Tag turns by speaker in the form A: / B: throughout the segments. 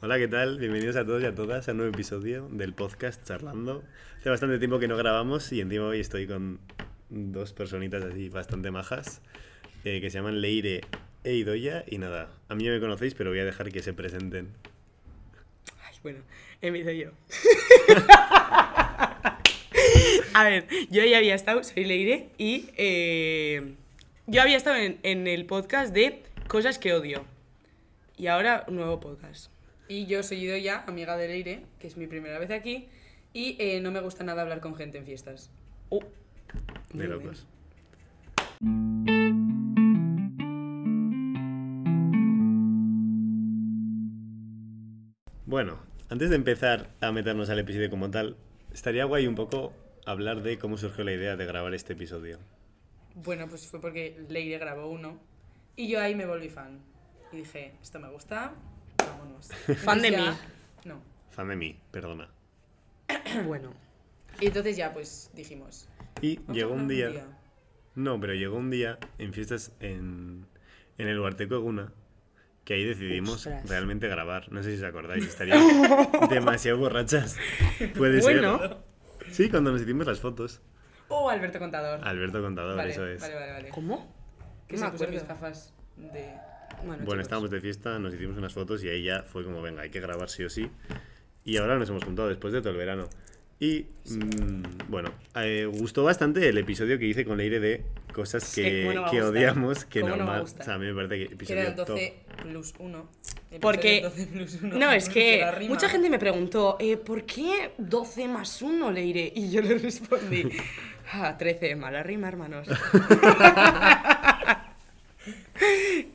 A: Hola, ¿qué tal? Bienvenidos a todos y a todas a un nuevo episodio del podcast Charlando. Hace bastante tiempo que no grabamos y encima hoy estoy con dos personitas así bastante majas eh, que se llaman Leire e Idoya y nada, a mí ya me conocéis pero voy a dejar que se presenten.
B: Ay, bueno, empiezo yo. a ver, yo ya había estado, soy Leire, y eh, yo había estado en, en el podcast de Cosas que odio. Y ahora un nuevo podcast.
C: Y yo soy Idoya, amiga de Leire, que es mi primera vez aquí. Y eh, no me gusta nada hablar con gente en fiestas.
B: Oh,
A: De
B: muy bien.
A: locos. Bueno, antes de empezar a meternos al episodio como tal, estaría guay un poco hablar de cómo surgió la idea de grabar este episodio.
C: Bueno, pues fue porque Leire grabó uno. Y yo ahí me volví fan. Y dije, esto me gusta, vámonos.
B: Fan de
C: Entonces
B: mí.
C: ya- No.
A: Fan de mí, perdona.
B: Bueno,
C: Y entonces ya, pues dijimos.
A: Y
C: "Vamos a
A: llegó
C: grabar
A: un día, No, pero llegó un día en fiestas en, en el Huarteco de Guna que ahí decidimos
B: Ostras.
A: realmente grabar. No sé si os acordáis, estaría demasiado borrachas. Puede
B: Bueno.
A: ser. Sí, cuando nos hicimos las fotos.
C: Oh, Alberto Contador.
A: Alberto Contador,
C: vale,
A: Ah, eso es.
C: vale, vale, vale.
B: ¿cómo?
C: Que
B: No
C: se
B: me
C: puso mis
B: acuerdo.
C: gafas de.
B: Bueno,
A: Bueno,
B: chicos.
A: estábamos de fiesta, nos hicimos unas fotos y ahí ya fue como, venga, hay que grabar sí o sí. Y ahora nos hemos juntado después de todo el verano. Y mm, bueno, eh, gustó bastante el episodio que hice con Leire de cosas
B: que
A: que,
B: cómo no va a
A: que
B: gustar.
A: odiamos, que
C: Cómo no va a
A: normal.
C: gustar.
A: o sea, a mí me parece que
C: Que
A: episodio
C: era el
A: top.
C: 12 plus 1.
B: Porque-
C: 12 plus 1.
B: No, es que mucha gente me preguntó, eh, ¿por qué 12 más 1 le iré? Y yo le respondí, ah, 13, mala rima, hermanos.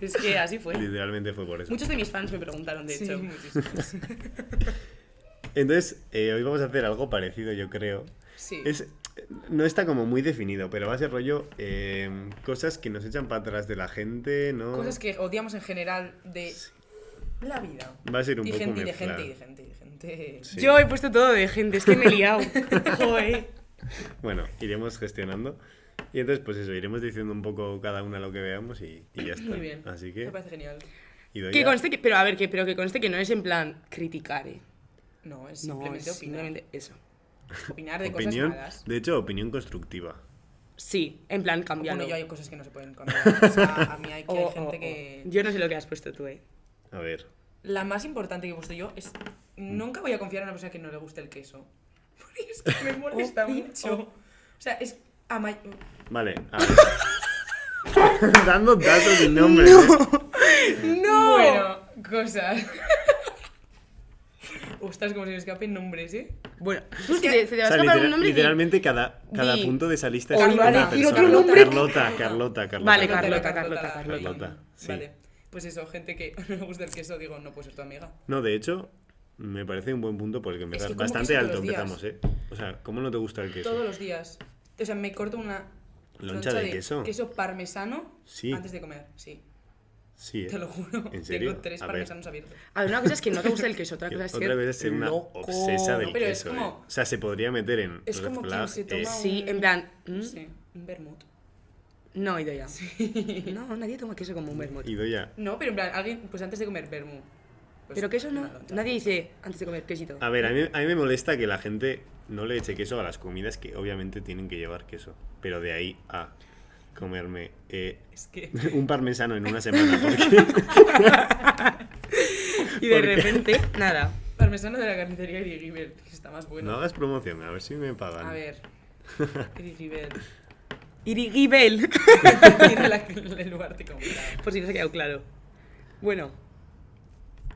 B: es que así fue.
A: Literalmente fue por eso.
B: Muchos de mis fans me preguntaron, de
C: Sí,
B: hecho.
C: muchísimas.
A: Entonces, eh, hoy vamos a hacer algo parecido, yo creo.
C: Sí.
A: Es, no está como muy definido, pero va a ser rollo eh, cosas que nos echan para atrás de la gente, ¿no?
C: Cosas que odiamos en general de la vida.
A: Va a ser un
C: y,
A: poco
C: gente, y de
A: mezclado.
C: gente, y de gente, y de gente.
A: Sí.
B: Yo he puesto todo de gente, es que me he liado. Joder.
A: Bueno, iremos gestionando. Y entonces, pues eso, iremos diciendo un poco cada una lo que veamos y, y ya está.
C: Muy bien.
A: Así
C: Me
A: que,
C: parece genial.
A: Idoia,
B: Que conste que, pero a ver, que, pero que conste que no es en plan criticar, eh.
C: No, es
B: No, es
C: simplemente opinar.
B: simplemente eso.
C: Opinar de
A: opinión,
C: cosas malas.
A: de hecho, opinión constructiva.
B: Sí, en plan
C: Bueno,
B: cambiarlo.
C: yo hay cosas que no se pueden cambiar. O sea, a mí hay, que, hay
B: O-
C: gente
B: o-
C: que.
B: o. Yo no sé lo que has puesto tú, eh.
A: A ver,
C: La más importante que he puesto yo es.
A: Mm.
C: Nunca voy a confiar en una persona que no le guste el queso. Porque es que me molesta
B: Oh,
C: mucho.
B: oh.
C: O sea, es. A may-
A: vale. a ver. Dando datos y nombres. ¿eh? Oh.
B: ¡No!
C: Bueno, cosas. Ostras, como se me escapen nombres, ¿eh?
B: Bueno, tú si te, se te va
A: O
B: a
A: sea,
B: escapar
A: litera-
B: un nombre. di-
A: literalmente cada, cada
B: di-
A: punto de esa lista
B: o
A: es
B: iba a
A: una
B: decir otro
A: persona.
B: nombre.
A: Carlota, Carlota, Carlota.
B: Vale,
A: Carlota.
B: Carlota, Carlota,
C: la-
B: Carlota.
A: Carlota, sí.
C: Vale. Pues eso, gente que no le gusta el queso, digo, no puedo ser tu amiga.
A: No, de hecho, me parece un buen punto por el que empezar.
C: que como
A: Bastante
C: queso
A: alto
C: todos los
A: empezamos, ¿eh? O sea, ¿cómo no te gusta el queso?
C: Todos los días. O sea, me corto una.
A: ¿Loncha
C: troncha
A: de queso?
C: Queso parmesano
A: Sí.
C: antes de comer, sí.
A: Sí, ¿eh?
C: Te lo juro.
A: ¿En serio?
C: Tengo tres
A: A ver.
C: parmesanos abiertos.
B: A ver, una cosa es que no te gusta el queso, otra
A: Que
B: cosa es que.
A: Otra vez es ser una
B: loco.
A: obsesa del
C: No, pero es
A: queso.
C: como-
A: ¿eh? O sea, se podría meter en.
C: Es
A: red
C: como quien
A: flag,
C: se toma
A: eh,
C: un-
B: Sí, en plan. ¿mm?
C: Sí, un vermut.
B: No, Idoya. No, nadie toma queso como un vermut.
A: Idoia.
C: No, pero en plan, alguien, pues antes de comer vermú. Pues
B: Pero queso no.
C: una loncha.
B: Nadie dice antes de comer quesito.
A: A ver, a mí, a mí me molesta que la gente no le eche queso a las comidas que obviamente tienen que llevar queso. Pero de ahí a comerme eh,
C: Es que.
A: un parmesano en una semana. Porque
B: Y de
A: ¿por qué?
B: repente, nada.
C: Parmesano de la carnicería Iri Giver, que está más
A: no
C: bueno.
A: hagas promoción, a ver si me pagan.
C: A ver. Iri Giver.
B: Irigibel.
C: Tiene la- el lugar de comprar.
B: Por si no se ha quedado claro. Bueno,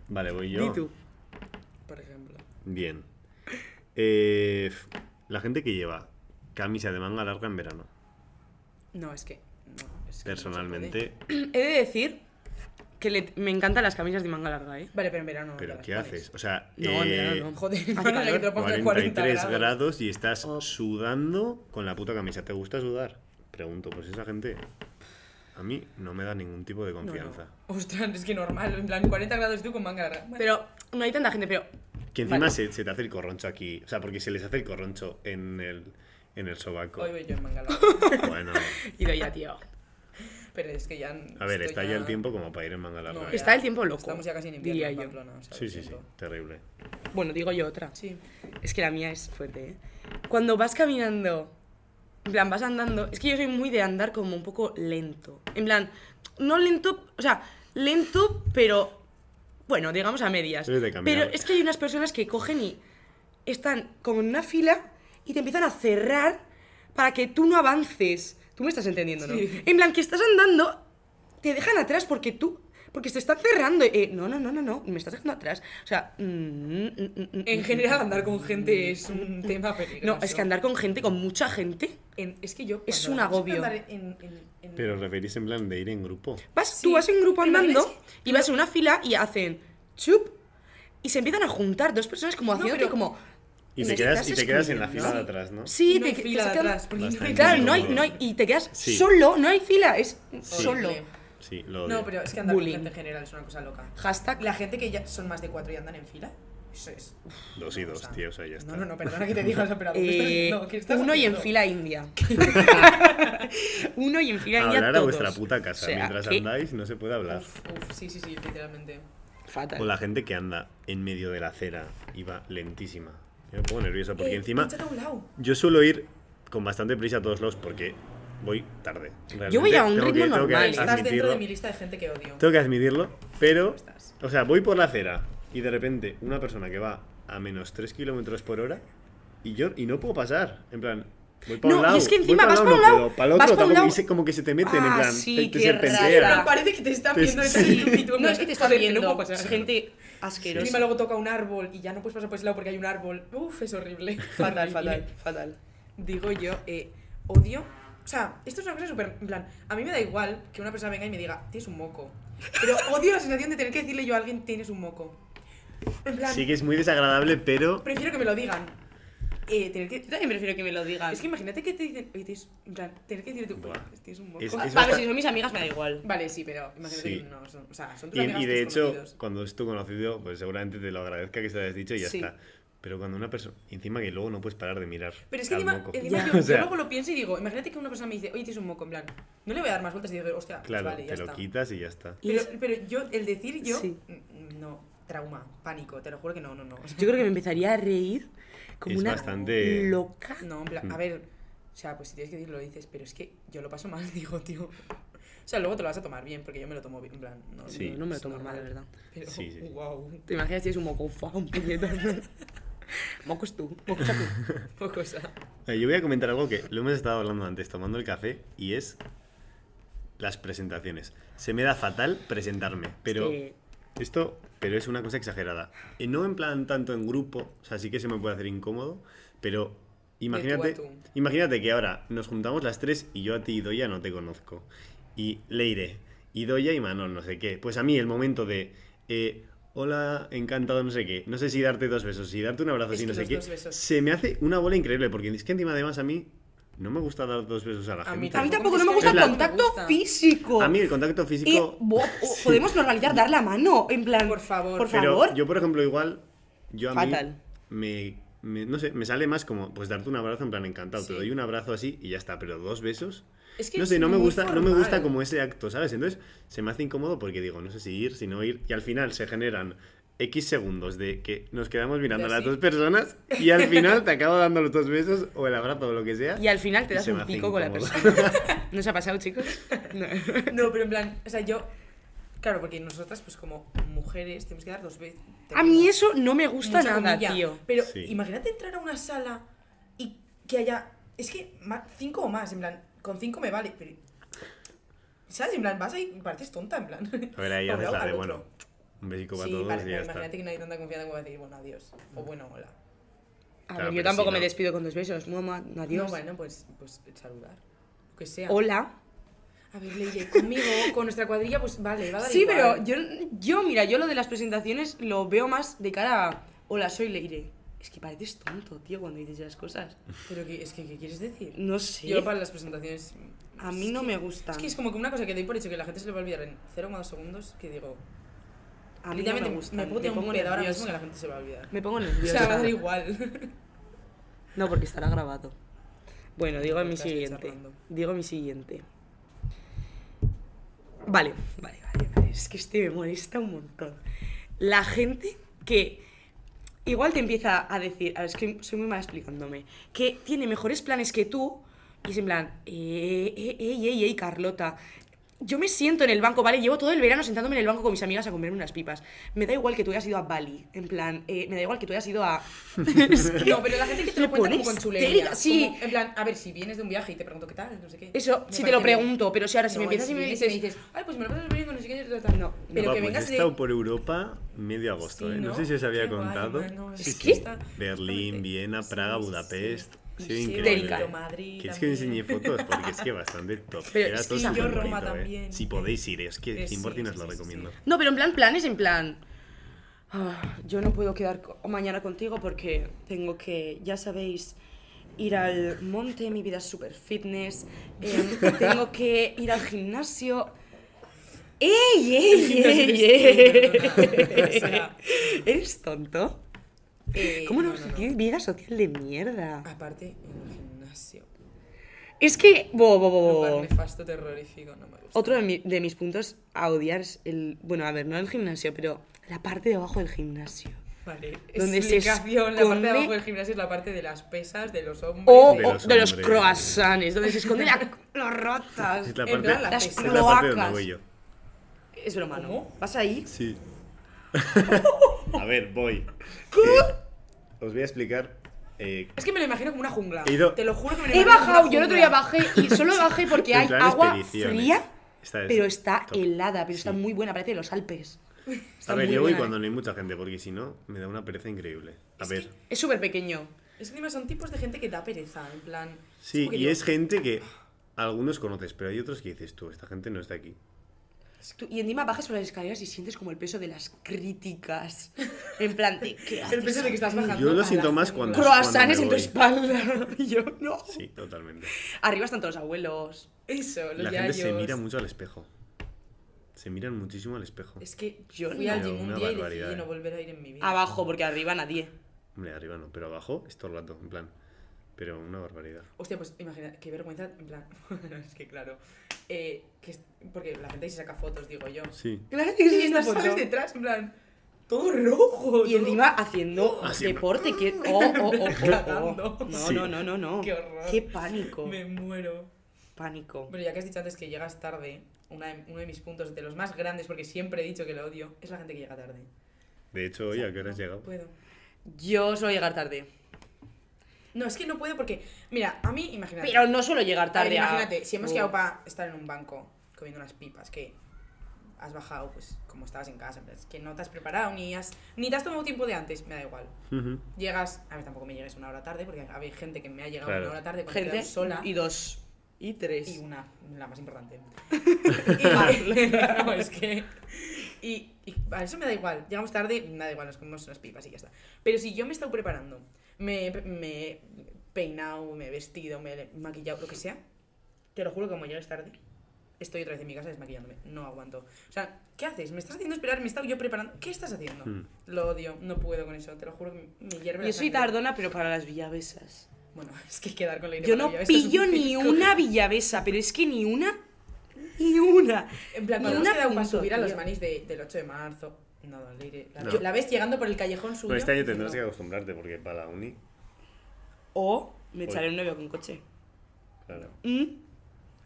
A: Vale, voy yo.
B: di tú.
C: Por ejemplo.
A: Bien. Eh, la gente que lleva camisa de manga larga en verano.
C: No, es que. No, es que no se puede. Ah,
A: Personalmente,
B: He de decir que le- me encantan las camisas de manga larga, ¿eh?
C: Vale, pero en verano. no
A: ¿pero
C: te
A: qué
C: las pones.
A: haces? O sea,
B: No, en
A: eh,
B: verano no.
C: Joder,
B: Hace
C: no, no, que te lo
B: calor.
C: pongas
A: 43
C: de
A: grados.
C: 40 grados. Oh.
A: y estás sudando con la puta camisa. ¿Te gusta sudar? Pregunto, pues esa gente a mí no me da ningún tipo de
C: No, no.
A: confianza.
C: Ostras, es que normal. En plan, 40 grados tú con manga larga. Bueno,
B: Pero no hay tanta gente, pero.
A: Que encima
B: Vale.
A: se, se te hace el corroncho aquí. O sea, porque se les hace el corroncho en el, en el sobaco.
C: Hoy voy yo en manga larga.
A: Bueno,
B: Idoya, tío.
C: pero es que ya.
A: A ver,
C: estoy
A: está ya el tiempo como para ir en manga larga.
C: No,
A: ¿eh?
C: ya.
B: Está el tiempo loco.
C: Estamos ya casi en invierno,
B: diría
C: en
B: yo.
C: Pamplona, o sea,
A: Sí,
C: lo
A: sí, sí.
C: siento.
A: Terrible.
B: Bueno, digo yo otra.
C: Sí.
B: Es que la mía es fuerte, ¿eh? Cuando vas caminando, en plan, vas andando. Es que yo soy muy de andar como un poco lento. En plan, no lento, o sea, lento, pero. Bueno, digamos a medias.
A: Eres de caminar.
B: Pero es que hay unas personas que cogen y están como en una fila y te empiezan a cerrar para que tú no avances. Tú me estás entendiendo, ¿no?
C: Sí.
B: En plan, que estás andando, te dejan atrás porque tú. Porque se están cerrando. Eh, no, no, no, no, no. Me estás dejando atrás. O sea. mm, mm, mm, mm,
C: En
B: mm.
C: general, andar con gente es un tema peligroso.
B: No, es que andar con gente, con mucha gente.
C: En- es que yo.
B: Es
C: cuando
B: un
C: la cosa de
B: agobio.
C: andar en- en- en-
A: Pero os referís en plan de ir en grupo.
B: Vas,
C: Sí.
B: Tú vas en grupo
C: ¿Te imaginas
B: andando y vas en una fila y hacen chup y se empiezan a juntar dos personas como haciéndote
C: pero-
B: como.
A: Y
B: "Me
C: este
A: te quedas, y
B: estás
A: te quedas en la fila
B: excluyendo".
A: de atrás, ¿no?
B: Sí,
C: no
B: te,
C: hay
B: te
C: fila
B: se
C: de
B: quedan-
C: atrás, porque no hay
A: Bastante
B: Claro,
C: fila.
B: no hay, no hay- y te quedas
A: Sí.
B: solo, no hay fila, es
A: Sí.
B: solo.
C: Horrible.
A: Sí, lo odio.
C: No, pero es que andar
B: Bullying.
C: con gente en general es una cosa loca.
B: Hashtag
C: La gente que ya son más de cuatro y andan en fila, eso es.
A: Dos y dos,
C: O sea,
A: tío, o sea, ya está.
C: No, no, no, perdona que te digas, pero ¿qué estás
B: eh,
C: haciendo? ¿Qué estás
B: uno y en
C: haciendo?
B: fila india. uno y en fila india.
A: Hablar a
B: todos.
A: vuestra puta casa.
B: O sea,
A: Mientras
B: que
A: andáis no se puede hablar.
C: Uf, uf, sí, sí, sí, literalmente.
B: Fatal.
A: O la gente que anda en medio de la acera y va lentísima. Yo me pongo nervioso porque
C: Eh,
A: encima
C: échate a un lado.
A: yo suelo ir con bastante prisa a todos lados porque voy tarde. realmente.
B: Yo voy a un
A: Tengo
B: ritmo
A: tengo
B: normal.
C: Estás dentro
A: admitirlo.
C: de mi lista de gente que odio.
A: Tengo que admitirlo, pero.
C: Estás.
A: O sea, voy por la acera y de repente una persona que va a menos 3 kilómetros por hora y yo y no puedo pasar. En plan. Voy para
B: No,
A: un
B: y
A: lado.
B: es que
A: voy
B: encima
A: pa'
B: vas
A: un
B: pa' un
A: no
B: lado,
A: puedo, pa'l otro,
B: vas pa' un
A: tampoco,
B: lado.
A: y se- como que se te meten, en
B: Ah,
A: plan.
B: sí,
A: te, te
B: qué
A: serpentea.
B: rara.
C: Parece que te están
A: Te-
C: viendo
A: sí.
C: detrás de tú y tú
B: No, es que te estás
C: Joder,
B: viendo,
C: no puedo pasar.
B: gente
C: Y
B: asquerosa.
C: Encima luego toca un árbol y ya no puedes pasar por ese lado porque hay un árbol. Uf, es horrible.
B: Fatal,
C: Horrible.
B: fatal, fatal.
C: Digo yo, eh, odio. O sea, esto es una cosa súper. En plan, a mí me da igual que una persona venga y me diga, tienes un moco. Pero odio la sensación de tener que decirle yo a alguien, tienes un moco. En plan,
A: Sí que es muy desagradable, pero.
C: prefiero que me lo digan. Eh, tener que.
B: Yo también prefiero que me lo digan.
C: Es que imagínate que te dicen, oye, tienes. En plan, tener que decirle tú,
A: Buah.
C: tienes un moco.
A: Es-
B: Vale,
A: es bastante-
B: si son mis amigas me da igual.
C: Vale, sí, pero imagínate
A: Sí.
C: que no. Son, o sea, son tus
A: Y,
C: amigas
A: y de
C: tus
A: hecho,
C: conocidos.
A: cuando es tu conocido, pues seguramente te lo agradezca que se lo hayas dicho y ya
B: Sí.
A: está. Pero cuando una persona. y Encima que luego no puedes parar de mirar.
C: Pero es que
A: al
C: encima,
A: moco.
C: encima
A: O
C: yo, yo
A: sea,
C: luego lo pienso y digo, imagínate que una persona me dice, oye, tienes un moco, en plan, no le voy a dar más vueltas y digo, hostia, pues
A: Claro,
C: vale, ya
A: te lo
C: está.
A: quitas y ya está.
C: Pero, pero yo, el decir yo,
B: Sí.
C: mm, no, trauma, pánico, te lo juro que no, no, no.
B: Yo creo que me empezaría a reír como
A: Es
B: una
A: bastante-
B: loca.
C: No, en plan, a
A: Mm.
C: ver, o sea, pues si tienes que decirlo, lo dices, pero es que yo lo paso mal, digo, tío. O sea, luego te lo vas a tomar bien, porque yo me lo tomo bien, en plan, no,
A: Sí.
B: No, no me lo
C: es
B: tomo
C: normal.
B: mal, de verdad.
C: Pero,
A: Sí, sí, sí.
C: wow,
B: ¿Te imaginas si es un moco? Fua, un puñetazo. Mocos tú, mocos a tú.
C: poco cosa.
A: Eh, Yo voy a comentar algo que lo hemos estado hablando antes tomando el café y es las presentaciones. Se me da fatal presentarme, pero
B: Sí.
A: esto pero es una cosa exagerada. Y no en plan tanto en grupo, o sea, sí que se me puede hacer incómodo, pero imagínate,
C: tú.
A: imagínate que ahora nos juntamos las tres y yo a ti y Doya no te conozco. Y Leire, y Doya y Manon, no sé qué. Pues a mí el momento de eh, hola, encantado, no sé qué. No sé si darte dos besos, si darte un abrazo,
C: Es
A: si
C: que
A: no sé
C: los
A: qué.
C: dos besos.
A: Se me hace una bola increíble porque es que encima además a mí no me gusta dar dos besos a la
C: A mí
A: gente.
B: A mí tampoco
C: Es
B: no me
C: que
B: gusta
A: en
B: el
A: plan-
B: contacto
C: me gusta.
B: físico.
A: A mí el contacto
B: Eh,
A: físico...
B: bo- o- Podemos normalizar dar la mano. En plan,
C: Por favor.
B: Por
A: Pero
B: favor.
A: yo, por ejemplo, igual, yo a
B: Fatal.
A: mí me, me- no sé, me sale más como pues darte un abrazo en plan encantado, te
C: Sí.
A: doy un abrazo así y ya está, pero dos besos.
C: Es que
A: no
C: es
A: sé, no me
C: muy
A: gusta, no me gusta
C: formal.
A: como ese acto, ¿sabes? Entonces, se me hace incómodo porque digo, no sé si ir, si no ir y al final se generan X segundos de que nos quedamos mirando a las
C: así.
A: dos personas y al final te acabo dando los dos besos o el abrazo o lo que sea.
B: Y al final te
A: y
B: das
A: se me
B: un
A: hace
B: pico con la
A: incómodo.
B: persona. ¿No os ha pasado, chicos? No.
C: No, pero en plan, o sea, yo. Claro, porque nosotras, pues como mujeres, tenemos que dar dos veces.
B: A mí eso no me gusta
C: Mucha
B: nada,
C: comilla.
B: tío.
C: Pero
A: Sí.
C: imagínate entrar a una sala y que haya. Es que ma- cinco o más, en plan, con cinco me vale, pero. ¿Sabes? En plan, vas ahí, pareces tonta, en plan.
A: A ver, ahí
C: Por un
A: haces
C: lado
A: la de,
C: al
A: bueno,
C: otro.
A: un besico para
C: sí,
A: todos
C: vale,
A: y ya
C: pero
A: está. Mm.
C: imagínate que no hay tanta confianza como para decir, bueno, adiós. O bueno, hola.
B: A
A: Claro,
B: ver,
A: pero
B: yo
A: si
B: tampoco
A: no-
B: me despido con dos besos. Mamá,
C: No,
B: adiós.
C: bueno, pues, pues saludar. Lo que sea.
B: Hola.
C: A ver, Leire, conmigo, con nuestra cuadrilla, pues vale, va a dar
B: Sí,
C: igual.
B: pero yo, yo, mira, yo lo de las presentaciones lo veo más de cara a. Hola, soy Leire. Es que pareces tonto, tío, cuando dices esas cosas.
C: Pero que- es que, ¿qué quieres decir?
B: No sé.
C: Yo para las presentaciones.
B: A
C: es
B: mí no
C: que-
B: me gusta.
C: Es que es como que una cosa que doy por hecho que la gente se le va a olvidar en 0,2 segundos que digo.
B: a mí no me
C: literalmente
B: gusta.
C: Me puedo tener un
B: pongo
C: pedo ahora
B: nerviosa.
C: mismo que la gente se va a olvidar.
B: Me pongo
C: O
B: nerviosa.
C: sea, va a dar igual.
B: No, porque estará grabado. Bueno, digo mi
C: Podcast de
B: siguiente.
C: charlando.
B: Digo mi siguiente. Vale, vale, vale, vale. Es que este me molesta un montón. La gente que igual te empieza a decir, a ver, es que soy muy mala explicándome, que tiene mejores planes que tú y es en plan, eh, eh, ey, ey, ey, Carlota. Yo me siento en el banco, ¿vale? Llevo todo el verano sentándome en el banco con mis amigas a comerme unas pipas. Me da igual que tú hayas ido a Bali, en plan, eh, me da igual que tú hayas ido a... Es que-
C: No, pero la gente que te
B: me
C: lo cuenta como
B: pones
C: con chulería.
B: histérica, Sí,
C: como, en plan, a ver, si vienes de un viaje y te pregunto qué tal, no sé qué.
B: eso,
C: me
B: si te lo
C: parece bien.
B: pregunto, pero si ahora si
C: No,
B: me empiezas
C: si
B: y me
C: vienes
B: dices...
C: ay, pues me lo pasas bien con no sé qué, tal, tal,
B: No,
C: no. Pero
A: Guau,
C: que
A: pues
C: vengas
A: he
C: de...
A: estado por Europa medio agosto,
C: Sí,
A: ¿eh? No
C: ¿no?
A: sé si os había
C: Qué guay,
A: contado.
C: mano,
A: Sí,
C: es
A: sí.
C: que está-
A: Berlín, Viena,
C: Sí,
A: Praga,
C: sí, sí.
A: Budapest. Ha sido
C: Sí,
A: increíble.
B: Madrid,
C: Madrid
A: Que es que os enseñé
C: también.
A: fotos porque es que bastante top.
B: Pero
A: Era
B: es
A: todo
B: que yo
A: súper
C: Roma
A: bonito, ¿eh?
C: también.
A: Si podéis ir, es que
C: Eh, sí,
A: 100% os
C: sí,
A: lo
C: sí, sí,
A: recomiendo.
C: sí.
B: No, pero en plan planes, en plan. "Ah, yo no puedo quedar co- mañana contigo porque tengo que, ya sabéis, ir al monte, mi vida es super fitness, em, tengo que ir al gimnasio. ¡Ey, ey,
C: gimnasio
B: ey,
C: eres tú, perdona. O
B: ey!
C: sea.
B: ¿Eres tonto?
C: Eh,
B: ¿Cómo no?
C: no, Ah. no, no.
B: Tienes vida social de mierda.
C: Aparte, en el gimnasio.
B: Es que. bo, bo, bo, bo.
C: Lugar nefasto, terrorífico, no me gusta.
B: Oh. Otro de, mi- de mis puntos a odiar es el. Bueno, a ver, no el gimnasio, pero la parte de abajo del gimnasio.
C: Vale,
B: donde se
C: explicación. La parte de
B: esconde- Oh,
C: abajo del gimnasio es la parte de las pesas, de los hombres.
B: O
A: De
B: o
A: los
B: de los,
A: hombres.
B: croissants, donde se esconden la- las rotas.
A: Es la
C: En
A: parte,
C: plan, las
A: es la parte donde
B: cloacas.
A: voy yo.
B: Es broma, ¿no?
C: ¿Cómo?
B: ¿Vas ahí?
A: Sí. A ver, voy. Eh, os voy a explicar. eh,
C: Es que me lo imagino como una jungla.
A: He ido-
C: Te lo juro que me lo
B: He
C: imagino como
B: bajado,
C: una
B: yo el otro día
C: jungla.
B: bajé y solo bajé porque
A: En
B: hay
A: plan
B: agua
A: expediciones.
B: fría,
A: Esta es
B: pero está
A: top.
B: helada, pero está
A: Sí.
B: muy buena, parece de los Alpes. Está
A: a ver,
B: muy
A: yo voy
B: buena,
A: cuando
B: ¿eh?
A: no hay mucha gente, porque si no, me da una pereza increíble. A
C: Es
A: ver.
C: que-
B: Es súper pequeño.
C: Es que encima son tipos de gente que da pereza, en plan. es
A: Sí,
C: como que
A: y
C: yo-
A: es gente que algunos conoces, pero hay otros que dices tú, esta gente no está aquí.
B: Tú- y encima bajas por las escaleras y sientes como el peso de las críticas. En plan, de, ¿qué haces
C: El peso de que estás
B: aquí?
C: bajando.
A: Yo lo
C: a la
A: siento más
C: jungla.
A: cuando- cuando
B: Croissants
A: me
B: en tu
A: voy.
B: espalda. Y yo, no.
A: Sí, totalmente.
B: Arriba están todos los abuelos.
C: Eso, los
A: La gente se
C: yayos.
A: mira mucho al espejo. Se miran muchísimo al espejo.
C: Es que
B: Yo
C: yo
B: no.
C: fui al gym
A: Una
C: un día y
A: barbaridad,
C: decidí
A: eh.
C: no volver a ir en mi vida.
B: Abajo, porque arriba nadie.
A: Hombre, arriba no, pero abajo es todo el rato, en plan. Pero una barbaridad.
C: Hostia, pues imagina, qué vergüenza, en plan. es que claro. eh, que es- porque la gente se saca fotos, digo yo.
A: Sí.
B: Claro
C: Y estas sales detrás, en plan. Todo rojo.
B: pues Y
C: todo-
B: encima haciendo
A: Así,
B: deporte, que... Oh, oh, oh, oh, oh.
C: Cagando.
B: No,
A: Sí.
B: no, no, no, no.
C: Qué horror.
B: Qué pánico.
C: Me muero.
B: Pánico.
C: Bueno, ya que has dicho antes que llegas tarde, una de- uno de mis puntos de los más grandes, porque siempre he dicho que lo odio, es la gente que llega tarde.
A: De hecho, oye, ¿a qué hora has llegado?
C: Puedo.
B: Yo suelo llegar tarde.
C: No, es que no puedo porque, mira, a mí, imagínate.
B: Pero no suelo llegar
C: A ver,
B: tarde a-
C: imagínate, si hemos
B: Oh.
C: quedado para estar en un banco comiendo unas pipas, que has bajado, pues, como estabas en casa, en plan, es que no te has preparado, ni has, ni te has tomado tiempo de antes, me da igual.
A: Ujú.
C: Llegas, a ver, tampoco me llegues una hora tarde, porque había gente que me ha llegado
A: Claro.
C: una hora tarde cuando he
B: Gente
C: quedado sola.
B: y dos. Y tres.
C: Y una, la más importante. y, no, es que. Y, y a eso me da igual. Llegamos tarde, me da igual, nos comemos unas pipas y ya está. Pero si yo me he estado preparando, me, me he peinado, me he vestido, me he maquillado, lo que sea, te lo juro que como llegues tarde, estoy otra vez en mi casa desmaquillándome. No aguanto. O sea, ¿qué haces? ¿Me estás haciendo esperar? ¿Me he estado yo preparando? ¿Qué estás haciendo?
A: Hmm.
C: Lo odio, no puedo con eso, te lo juro que me hierve la
B: Yo soy
C: sangre.
B: tardona, pero para las villavesas.
C: Bueno, es que quedar con la Irene
B: Yo no
C: Maravilla, esto es
B: pillo
C: muy
B: ni
C: difícil.
B: una villavesa, pero es que ni una... Ni una.
C: En plan,
B: Ni
C: cuando
B: una
C: hemos quedado para
B: punto,
C: subir a los
B: tío.
C: manis de- del 8 de marzo. No, Leire. La,
A: No.
C: la ves llegando por el callejón suyo.
A: Bueno, este año
C: diciendo,
A: tendrás que acostumbrarte, porque para la uni,
B: O me echaré un novio con coche.
A: claro.
B: ¿Mm?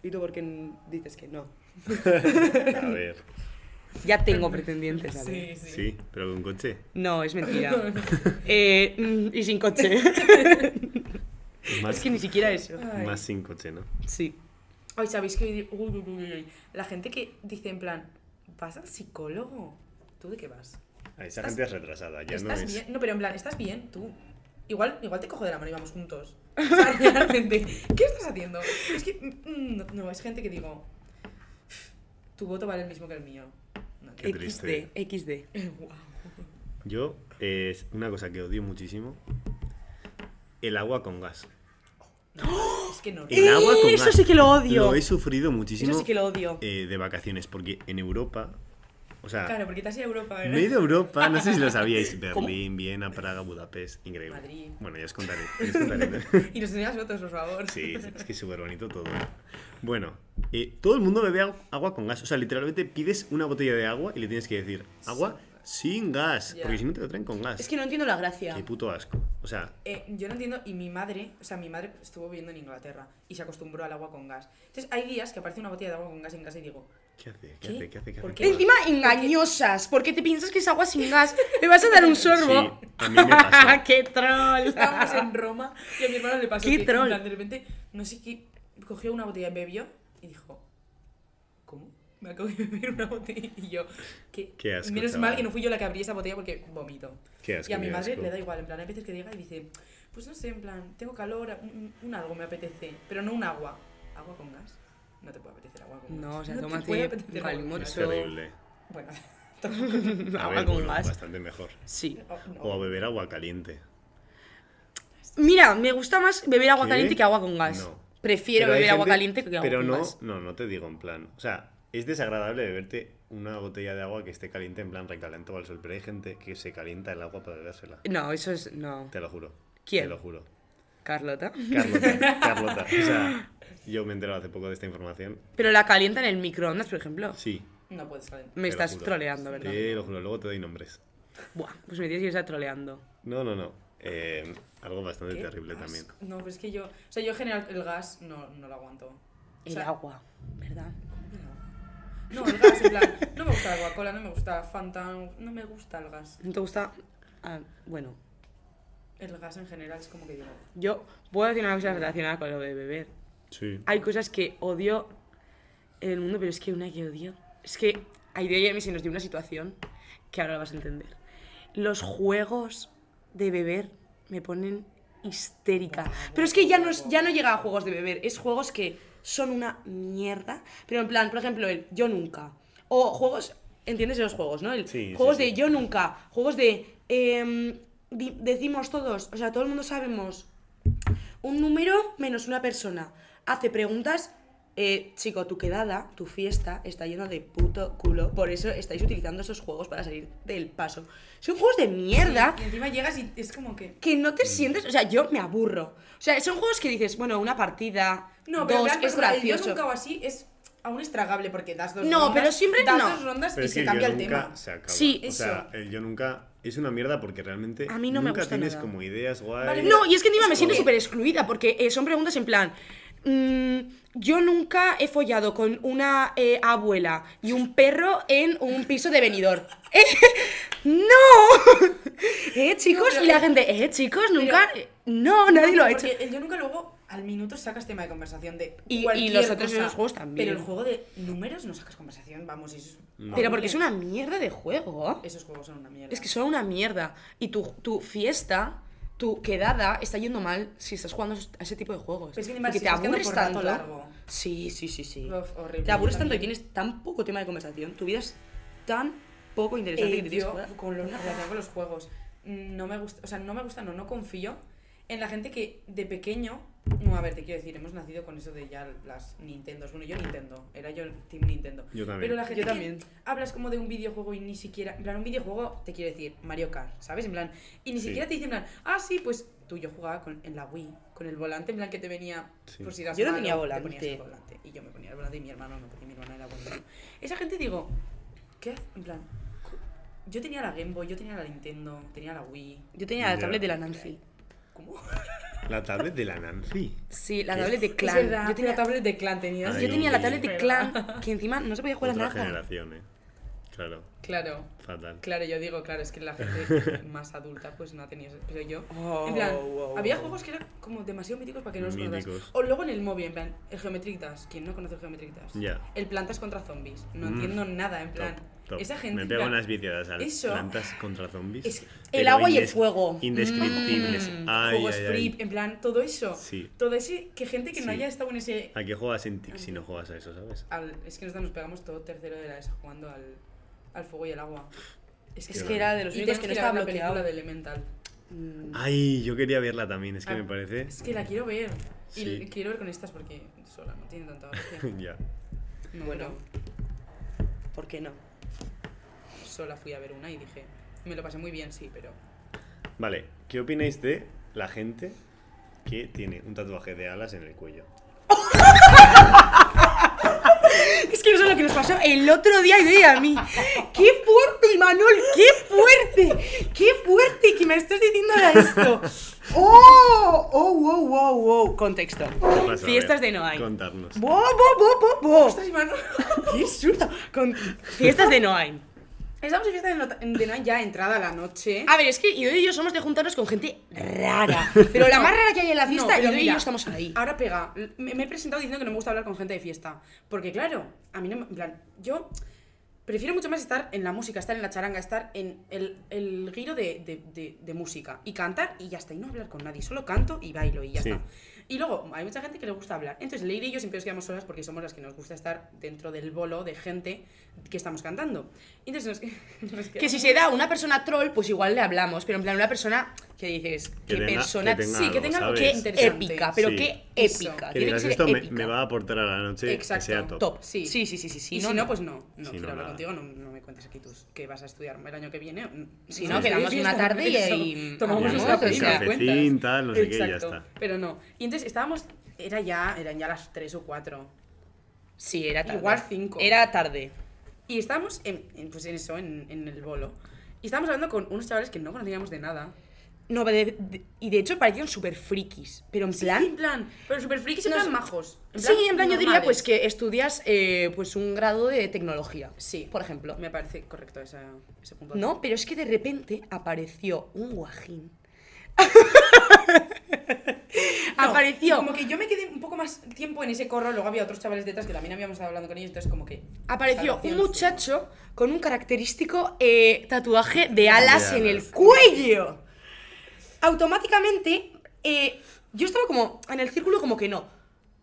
B: ¿Y tú por qué dices que no?
A: A ver.
B: Ya tengo pretendientes, a ver.
C: Sí, sí.
A: Sí, pero con coche.
B: No, es mentira. Eh, mm, y sin coche.
A: Más,
B: es que ni siquiera eso.
C: Ay.
A: más sin coche, ¿no?
B: Sí.
C: Ay, ¿sabéis que uy, uy, uy, uy. La gente que dice en plan, ¿vas al psicólogo? ¿Tú de qué vas?
A: Ah, Esa gente es retrasada, ya no
C: ¿Estás
A: es.
C: bien? No, pero en plan, ¿estás bien tú? Igual, igual te cojo de la mano y vamos juntos. O sea, realmente, ¿qué estás haciendo? Es que, mm, mm, no, no, es gente que digo, tu voto vale el mismo que el mío. No,
A: Qué triste.
B: XD, XD.
C: Guau.
A: Yo, eh, es una cosa que odio muchísimo: el agua con gas.
C: Es que no.
A: El agua con
B: ¡Eh! Eso
A: gas.
B: sí que lo odio.
A: Lo he sufrido muchísimo
B: Eso sí que lo odio.
A: eh, de vacaciones, porque en Europa O sea,
C: Claro, porque te has ido a Europa, ¿verdad?
A: me he ido a Europa, no sé si lo sabíais. Berlín, Viena, Praga, Budapest, increíble.
C: Madrid.
A: Bueno, ya os contaré. ya os contaré.
C: Y nos enseñas fotos, por favor.
A: Sí, sí, es que es súper bonito todo. Bueno, eh, todo el mundo bebe agu- agua con gas. O sea, literalmente pides una botella de agua y le tienes que decir agua sin gas.
C: Ya.
A: Porque si no te lo traen con gas.
B: Es que no entiendo la gracia.
A: Qué puto asco. O sea,
C: Eh, yo no entiendo, y mi madre, o sea, mi madre estuvo viviendo en Inglaterra y se acostumbró al agua con gas. Entonces, hay días que aparece una botella de agua con gas en casa y digo,
A: ¿qué hace? ¿Qué,
C: ¿Qué?
A: hace? ¿Qué hace? ¿Qué
C: ¿Por
A: hace?
C: qué?
B: Encima engañosas, porque te piensas que es agua sin gas. Le vas a dar un sorbo. Ah,
A: Sí, a mí me pasó.
B: ¡Qué troll!
C: estábamos en Roma y a mi hermano le pasó
B: ¡Qué
C: que, en
B: troll!
C: plan, de repente, no sé qué, cogió una botella, bebió y dijo, ¿cómo? Me acabo de beber una botella y yo, ¿qué?
A: Qué asco,
C: Menos
A: chaval.
C: mal que no fui yo la que abrí esa botella porque vomito.
A: Qué asco,
C: y a mi
A: qué
C: madre
A: asco.
C: le da igual, en plan, hay veces que llega y dice, pues no sé, en plan, tengo calor, un, un algo me apetece, pero no un agua. ¿Agua con gas? No te puede apetecer agua con gas.
B: No, o sea,
C: te
B: tómate
C: puede apetecer
B: un
C: agua con
B: calimocho.
A: Es
C: gas.
B: Eso-
A: terrible.
C: Bueno,
A: A
B: Agua
A: ver,
B: con
A: bueno,
B: gas.
A: bastante mejor.
B: Sí.
C: Oh, no, no.
A: O a beber agua caliente.
B: Mira, me gusta más beber agua
A: ¿Qué?
B: caliente que agua con gas.
A: No.
B: Prefiero
A: Pero hay
B: beber agua
A: gente-
B: caliente que agua
A: Pero
B: con
A: no,
B: gas.
A: no, no te digo en plan. O sea, es desagradable beberte una botella de agua que esté caliente en plan recalentado al sol. Pero hay gente que se calienta el agua para bebérsela.
B: No, eso es. No.
A: Te lo juro.
B: ¿Quién?
A: Te lo juro.
B: Carlota.
A: Carlota, Carlota. O sea, yo me he enterado hace poco de esta información.
B: Pero la calienta en el microondas, por ejemplo.
A: Sí.
C: No puedes calentar.
B: Me
A: te lo
B: estás
A: juro.
B: troleando, ¿verdad?
A: Te lo juro, luego te doy nombres.
B: Buah, pues me tienes que estar troleando.
A: No, no, no. Eh, algo bastante
C: Qué
A: terrible
C: asco.
A: también.
C: No, pero es que yo. O sea, yo en general el gas no, no lo aguanto. O
B: El
C: sea,
B: agua, ¿verdad?
C: No, el gas, en plan. No me gusta la Coca-Cola, no me gusta Fanta, no me gusta el gas.
B: ¿No te gusta? Ah, bueno,
C: El gas en general es como que digo.
B: yo puedo decir una cosa relacionada con lo de beber.
A: Sí.
B: Hay cosas que odio en el mundo, pero es que una que odio. Es que hay de ella se nos dio una situación que ahora la vas a entender. Los juegos de beber me ponen histérica. Pero es que ya no, es- ya no llega a juegos de beber, es juegos que son una mierda. Pero en plan, por ejemplo, el yo nunca. O juegos, ¿entiendes los juegos, no? El
A: Sí,
B: juegos
A: sí,
B: de
A: sí.
B: yo nunca, juegos de em, di- decimos todos, o sea, todo el mundo sabemos un número menos una persona. Hace preguntas. eh, chico, tu quedada, tu fiesta está lleno de puto culo. Por eso estáis utilizando esos juegos para salir del paso. Son juegos de mierda
C: Y encima llegas y es como que.
B: que no te sientes. O sea, yo me aburro. O sea, son juegos que dices, bueno, una partida.
C: No, pero
B: dos,
C: en plan, por
B: es
C: ejemplo, el
B: gracioso.
C: Yo nunca o así es aún es tragable porque das dos
B: No,
C: rondas.
B: pero siempre
C: das
B: no.
C: dos rondas
A: Pero
C: y
A: es que
C: se
A: el
C: cambia
A: yo
C: el
A: nunca
C: tema.
A: se acaba.
B: Sí,
A: o sea, el yo nunca es una mierda porque realmente
B: A mí no me
A: nunca
B: gusta
A: tienes
B: nada.
A: como ideas guay.
C: Vale,
B: No, y es que encima me
C: Es
B: siento
C: como-
B: súper excluida porque eh, son preguntas en plan. mm, yo nunca he follado con una eh, abuela y un perro en un piso de venidor. Eh, ¡No! ¿Eh, chicos?
C: pero-
B: y la gente, ¿eh, chicos? Nunca. No, nadie lo ha hecho.
C: porque El yo nunca luego al minuto sacas tema de conversación de.
B: Y- y
C: cualquier
B: los otros
C: cosa.
B: esos juegos también.
C: Pero el juego de números no sacas conversación, vamos, eso es.
A: No.
B: Pero porque es una mierda de juego.
C: Esos juegos son una mierda.
B: Es que son una mierda. Y tu, tu fiesta, tu quedada, está yendo mal si estás jugando a ese tipo de juegos.
C: Pero es que encima
B: porque
C: si
B: te
C: estás quedando
B: aburres
C: por rato
B: tanto.
C: largo.
B: Sí, sí, sí, sí.
C: Uf, horrible,
B: te aburres
C: yo
B: tanto y
C: también.
B: tienes tan poco tema de conversación. Tu vida es tan poco interesante que
C: Eh,
B: te tienes que
C: yo,
B: jugar.
C: con los, en relación con los juegos, no me gusta, o sea, no me gusta, no, no confío en la gente que de pequeño, no, a ver, te quiero decir, hemos nacido con eso de ya las Nintendos, bueno, yo Nintendo, era yo el Team Nintendo.
A: Yo también.
C: Pero la
A: Yo
C: gente que
B: también.
C: hablas como de un videojuego y ni siquiera, en plan, un videojuego, te quiero decir, Mario Kart, ¿sabes? En plan, y ni
A: Sí.
C: siquiera te dicen, en plan, ah, sí, pues tú, yo jugaba con, en la Wii, con el volante, en plan, que te venía,
A: Sí.
C: por si eras
B: Yo no
C: malo,
B: tenía
C: te
B: volante.
C: ponías el volante. Y yo me ponía el volante y mi hermano no, porque mi hermana era bueno. Esa gente, digo, ¿qué? hace? En plan, yo tenía la Game Boy, yo tenía la Nintendo, tenía la Wii.
B: Yo tenía la
A: Ya.
B: tablet de la Nancy.
C: ¿Cómo?
A: La tablet de la Nancy.
B: Sí, la
A: ¿Qué?
B: tablet de Clan. yo tenía,
C: tablet de clan, tenías.
A: Ay,
B: yo tenía la
A: hombre.
B: tablet de
C: Verdad.
B: Clan que encima no se podía jugar a
A: Otra
B: nada.
A: generación, eh. Claro,
C: Claro,
A: fatal.
C: claro, yo digo, claro, es que la gente más adulta pues no ha tenido. ese- Pero yo,
B: Oh,
C: en plan,
B: wow,
C: había
B: wow.
C: juegos que eran como demasiado míticos para que no los conozcas.
A: Míticos.
C: O luego en el móvil, en plan, el Geometric Dash, ¿quién no conoce el Geometric Dash?
A: Ya.
C: El Plantas contra Zombies, no
A: Mm.
C: entiendo nada, en plan,
A: Top, top.
C: esa gente.
A: Me
C: en
A: pego
C: plan,
A: unas viciadas al
C: eso-
A: plantas contra zombies.
C: Es- el
A: pero
B: agua y el
A: indes-
B: fuego.
A: Indescriptibles.
C: Mm,
A: Ay,
C: juegos
A: ay, ay.
C: free, en plan, todo eso.
A: Sí.
C: Todo ese, que gente que
A: Sí.
C: no haya estado en ese...
A: ¿A qué juegas en TIC si no juegas a eso, sabes?
C: al- es que nosotros nos pegamos todo tercero de la ESA jugando al, al fuego y al agua.
A: Es
B: Es
A: que
B: que era de los
C: Y
B: únicos
C: tenemos
B: que no
C: ir a
B: estaba
C: ver la película
B: bloqueado.
C: de Elemental.
B: Mm,
A: Ay, yo quería verla también, es que
C: Ah.
A: me parece.
C: Es que la quiero ver. Y
A: Sí.
C: la quiero ver con estas porque sola no tiene tanta gracia.
A: ya.
C: No,
B: Bueno.
C: no.
B: ¿Por qué no?
C: sola fui a ver una y dije, me lo pasé muy bien, sí, pero
A: Vale, ¿qué opináis de la gente que tiene un tatuaje de alas en el cuello?
B: Es que eso es lo que nos pasó el otro día y a mí. ¡Qué fuerte, Manuel! ¡Qué fuerte! ¡Qué fuerte que me estás diciendo ahora esto! ¡Oh! ¡Oh, wow, wow, wow! Contexto.
A: ¿Qué pasa? A
B: Fiestas
A: ver,
B: de Noai.
A: Contarnos.
B: ¡Bo, bo, bo, bo, bo!
C: ¡Ostras, Manuel!
B: ¡Qué absurdo! Con... Fiestas de Noai.
C: Estamos en fiesta de, nota- de Noa ya entrada la noche.
B: A ver, es que Ido y yo somos de juntarnos con gente rara. Pero la más rara que hay en la
C: No,
B: fiesta,
C: pero
B: Ido y
C: mira,
B: yo estamos ahí.
C: Ahora pega. Me, me he presentado diciendo que no me gusta hablar con gente de fiesta. Porque, claro, a mí no me. En plan, yo prefiero mucho más estar en la música, estar en la charanga, estar en el, el giro de, de- de- de música y cantar y ya está. Y no hablar con nadie. Solo canto y bailo y ya
A: Sí.
C: está. Y luego, hay mucha gente que le gusta hablar. Entonces, Leire y yo siempre nos quedamos solas porque somos las que nos gusta estar dentro del bolo de gente que estamos cantando. Entonces, nos, nos
B: Que si se da una persona troll, pues igual le hablamos. Pero en plan, una persona que dices,
A: Que
B: qué
A: tenga-
B: persona.
A: que tenga
B: sí,
C: que tenga algo
A: ¿sabes?
B: qué
C: interesante.
B: épica, pero
A: Sí.
B: qué
C: Eso.
B: épica.
A: Que
B: Tiene que
A: digas,
B: ser
A: esto me,
B: épica.
A: me va a aportar a la noche que
C: Exacto.
A: sea top.
B: Top.
C: Sí.
B: Sí, sí, sí, sí. sí,
C: y si no, pues no. No
A: Si no,
C: quiero hablar
A: nada.
C: contigo, no, no me cuentes aquí tus que vas a estudiar el año que viene. mm,
B: Si
A: no,
C: sé,
A: quedamos
C: sí,
B: una
C: sí,
B: tarde y
C: eso.
B: ahí
C: tomamos
B: hablamos,
C: unos
B: un
C: cafés y me
A: cafecín,
C: cuentas.
A: tal, no sé qué, y ya
C: Exacto,
A: está.
C: Pero no. Y entonces estábamos, era ya, eran ya las 3 o 4.
B: pues Sí, era tarde.
C: Igual cinco.
B: Era tarde.
C: Y estábamos en, en, pues en eso, en, en el bolo. Y estábamos hablando con unos chavales que no conocíamos de nada.
B: No, de- de- y de hecho parecían súper frikis. Pero en
C: Sí,
B: plan.
C: en plan, pero super frikis, en
B: No
C: plan
B: sé.
C: majos.
B: sí, en plan yo diría
C: normales.
B: pues que estudias eh, pues un grado de tecnología.
C: Sí.
B: Por ejemplo.
C: Me parece correcto esa- ese punto.
B: No, pero es que de repente apareció un guajín.
C: No,
B: apareció.
C: y Como que yo me quedé un poco más tiempo en ese corro, luego había otros chavales detrás que también habíamos estado hablando con ellos, entonces como que...
B: Apareció
C: salvación,
B: un
C: sí.
B: muchacho con un característico eh, tatuaje de alas
A: De
B: en
A: alas.
B: el cuello. Automáticamente, eh, yo estaba como en el círculo, como que no.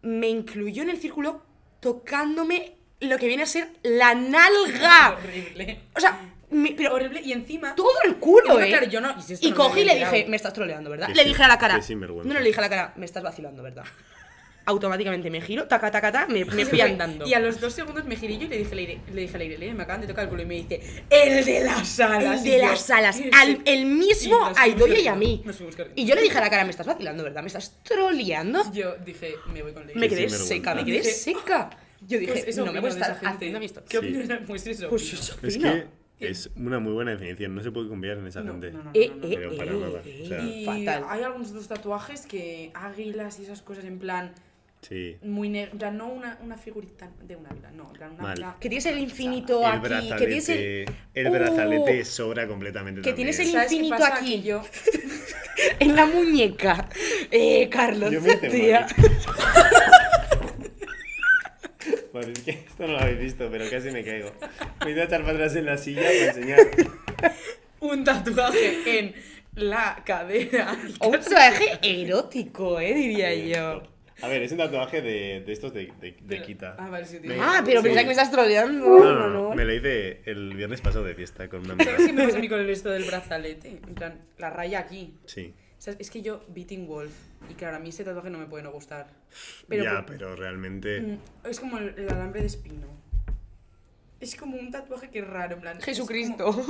B: Me incluyó en el círculo tocándome lo que viene a ser la nalga.
C: Horrible.
B: O sea, me- pero
C: Horrible, y encima...
B: todo el culo,
C: Encima,
B: eh.
C: claro, yo no- y si esto
B: Y
C: no me
B: cogí y
C: hubiera
B: le dije,
C: enterado.
B: me estás troleando, ¿verdad?
A: Qué
B: le
A: sin-
B: dije a la cara.
A: qué sinvergüenza.
B: No, no le dije a la cara, me estás vacilando, ¿verdad? Automáticamente me giro, taca, taca, taca, me, me
C: se
B: fui
C: fue.
B: andando.
C: Y a los dos segundos me giré yo y le dije a Leire, le dije a Leire, Leire, me acaban de tocar el culo y me dice, el de las alas.
B: El
C: Y
B: de
C: yo,
B: las alas.
C: "Sí".
B: Al- el mismo
C: Y nos
B: a Idoia
C: fuimos
B: y a mí.
C: corriendo, nos fuimos corriendo.
B: Y yo le dije a la cara, me estás vacilando, ¿verdad? ¿Me estás troleando?
C: Yo dije, me voy con Leire.
B: Me
A: Qué
B: quedé
A: sinvergüenza.
B: seca, me quedé
C: Dije,
B: seca. Yo dije,
C: Pues eso
B: no me
C: opino
B: puedo
C: de esa
B: estar
C: gente.
B: haciendo esto.
C: ¿Qué
A: Sí.
C: opinas? Pues eso.
B: Pues
C: opino.
B: eso
A: Es
B: opino.
A: que es una muy buena definición, no se puede confiar en esa
C: No,
A: gente.
C: no, no, no,
B: Eh,
C: no, no.
B: eh,
A: Pero para nada,
B: eh,
A: o sea.
B: eh,
C: Y
B: fatal.
C: hay algunos otros tatuajes que águilas y esas cosas en plan
A: Sí.
C: muy negro, en plan no una, una figurita de una águila, no, en plan una
A: Mal.
C: águila.
B: Que tienes el infinito
A: El
B: aquí, que tienes
A: brazalete,
B: el...
A: el
B: ¡Oh!
A: brazalete sobra completamente.
B: Que tienes
A: también.
B: el-
C: ¿Sabes qué
B: infinito
C: pasa?
B: aquí.
C: Que yo
B: En la muñeca. Eh, Carlos,
A: Yo me hice
B: tía.
A: mal. Bueno, Pues es que esto no lo habéis visto, pero casi me caigo. Me he ido a echar para atrás en la silla para enseñar.
C: un tatuaje en la cadera.
B: Un tatuaje erótico, eh, diría
A: Bien,
B: yo.
A: top. A ver, es un tatuaje de, de estos de, de- de quita.
C: Ah, vale, sí, tío.
A: Me-
B: Ah, pero
A: sí.
B: pensaba que me estás troleando.
A: No, no, no,
B: Manuel.
A: Me lo hice el viernes pasado de fiesta con una amiga.
C: ¿Sabes qué me pasa a mí con el esto del brazalete? En plan, la raya aquí.
A: Sí.
C: ¿Sabes? Es que yo, Beating Wolf, y claro, a mí ese tatuaje no me puede no gustar. Pero,
A: Ya, pero realmente.
C: Mm, Es como el, el alambre de espino. Es como un tatuaje que es raro, en plan. es
B: Jesucristo.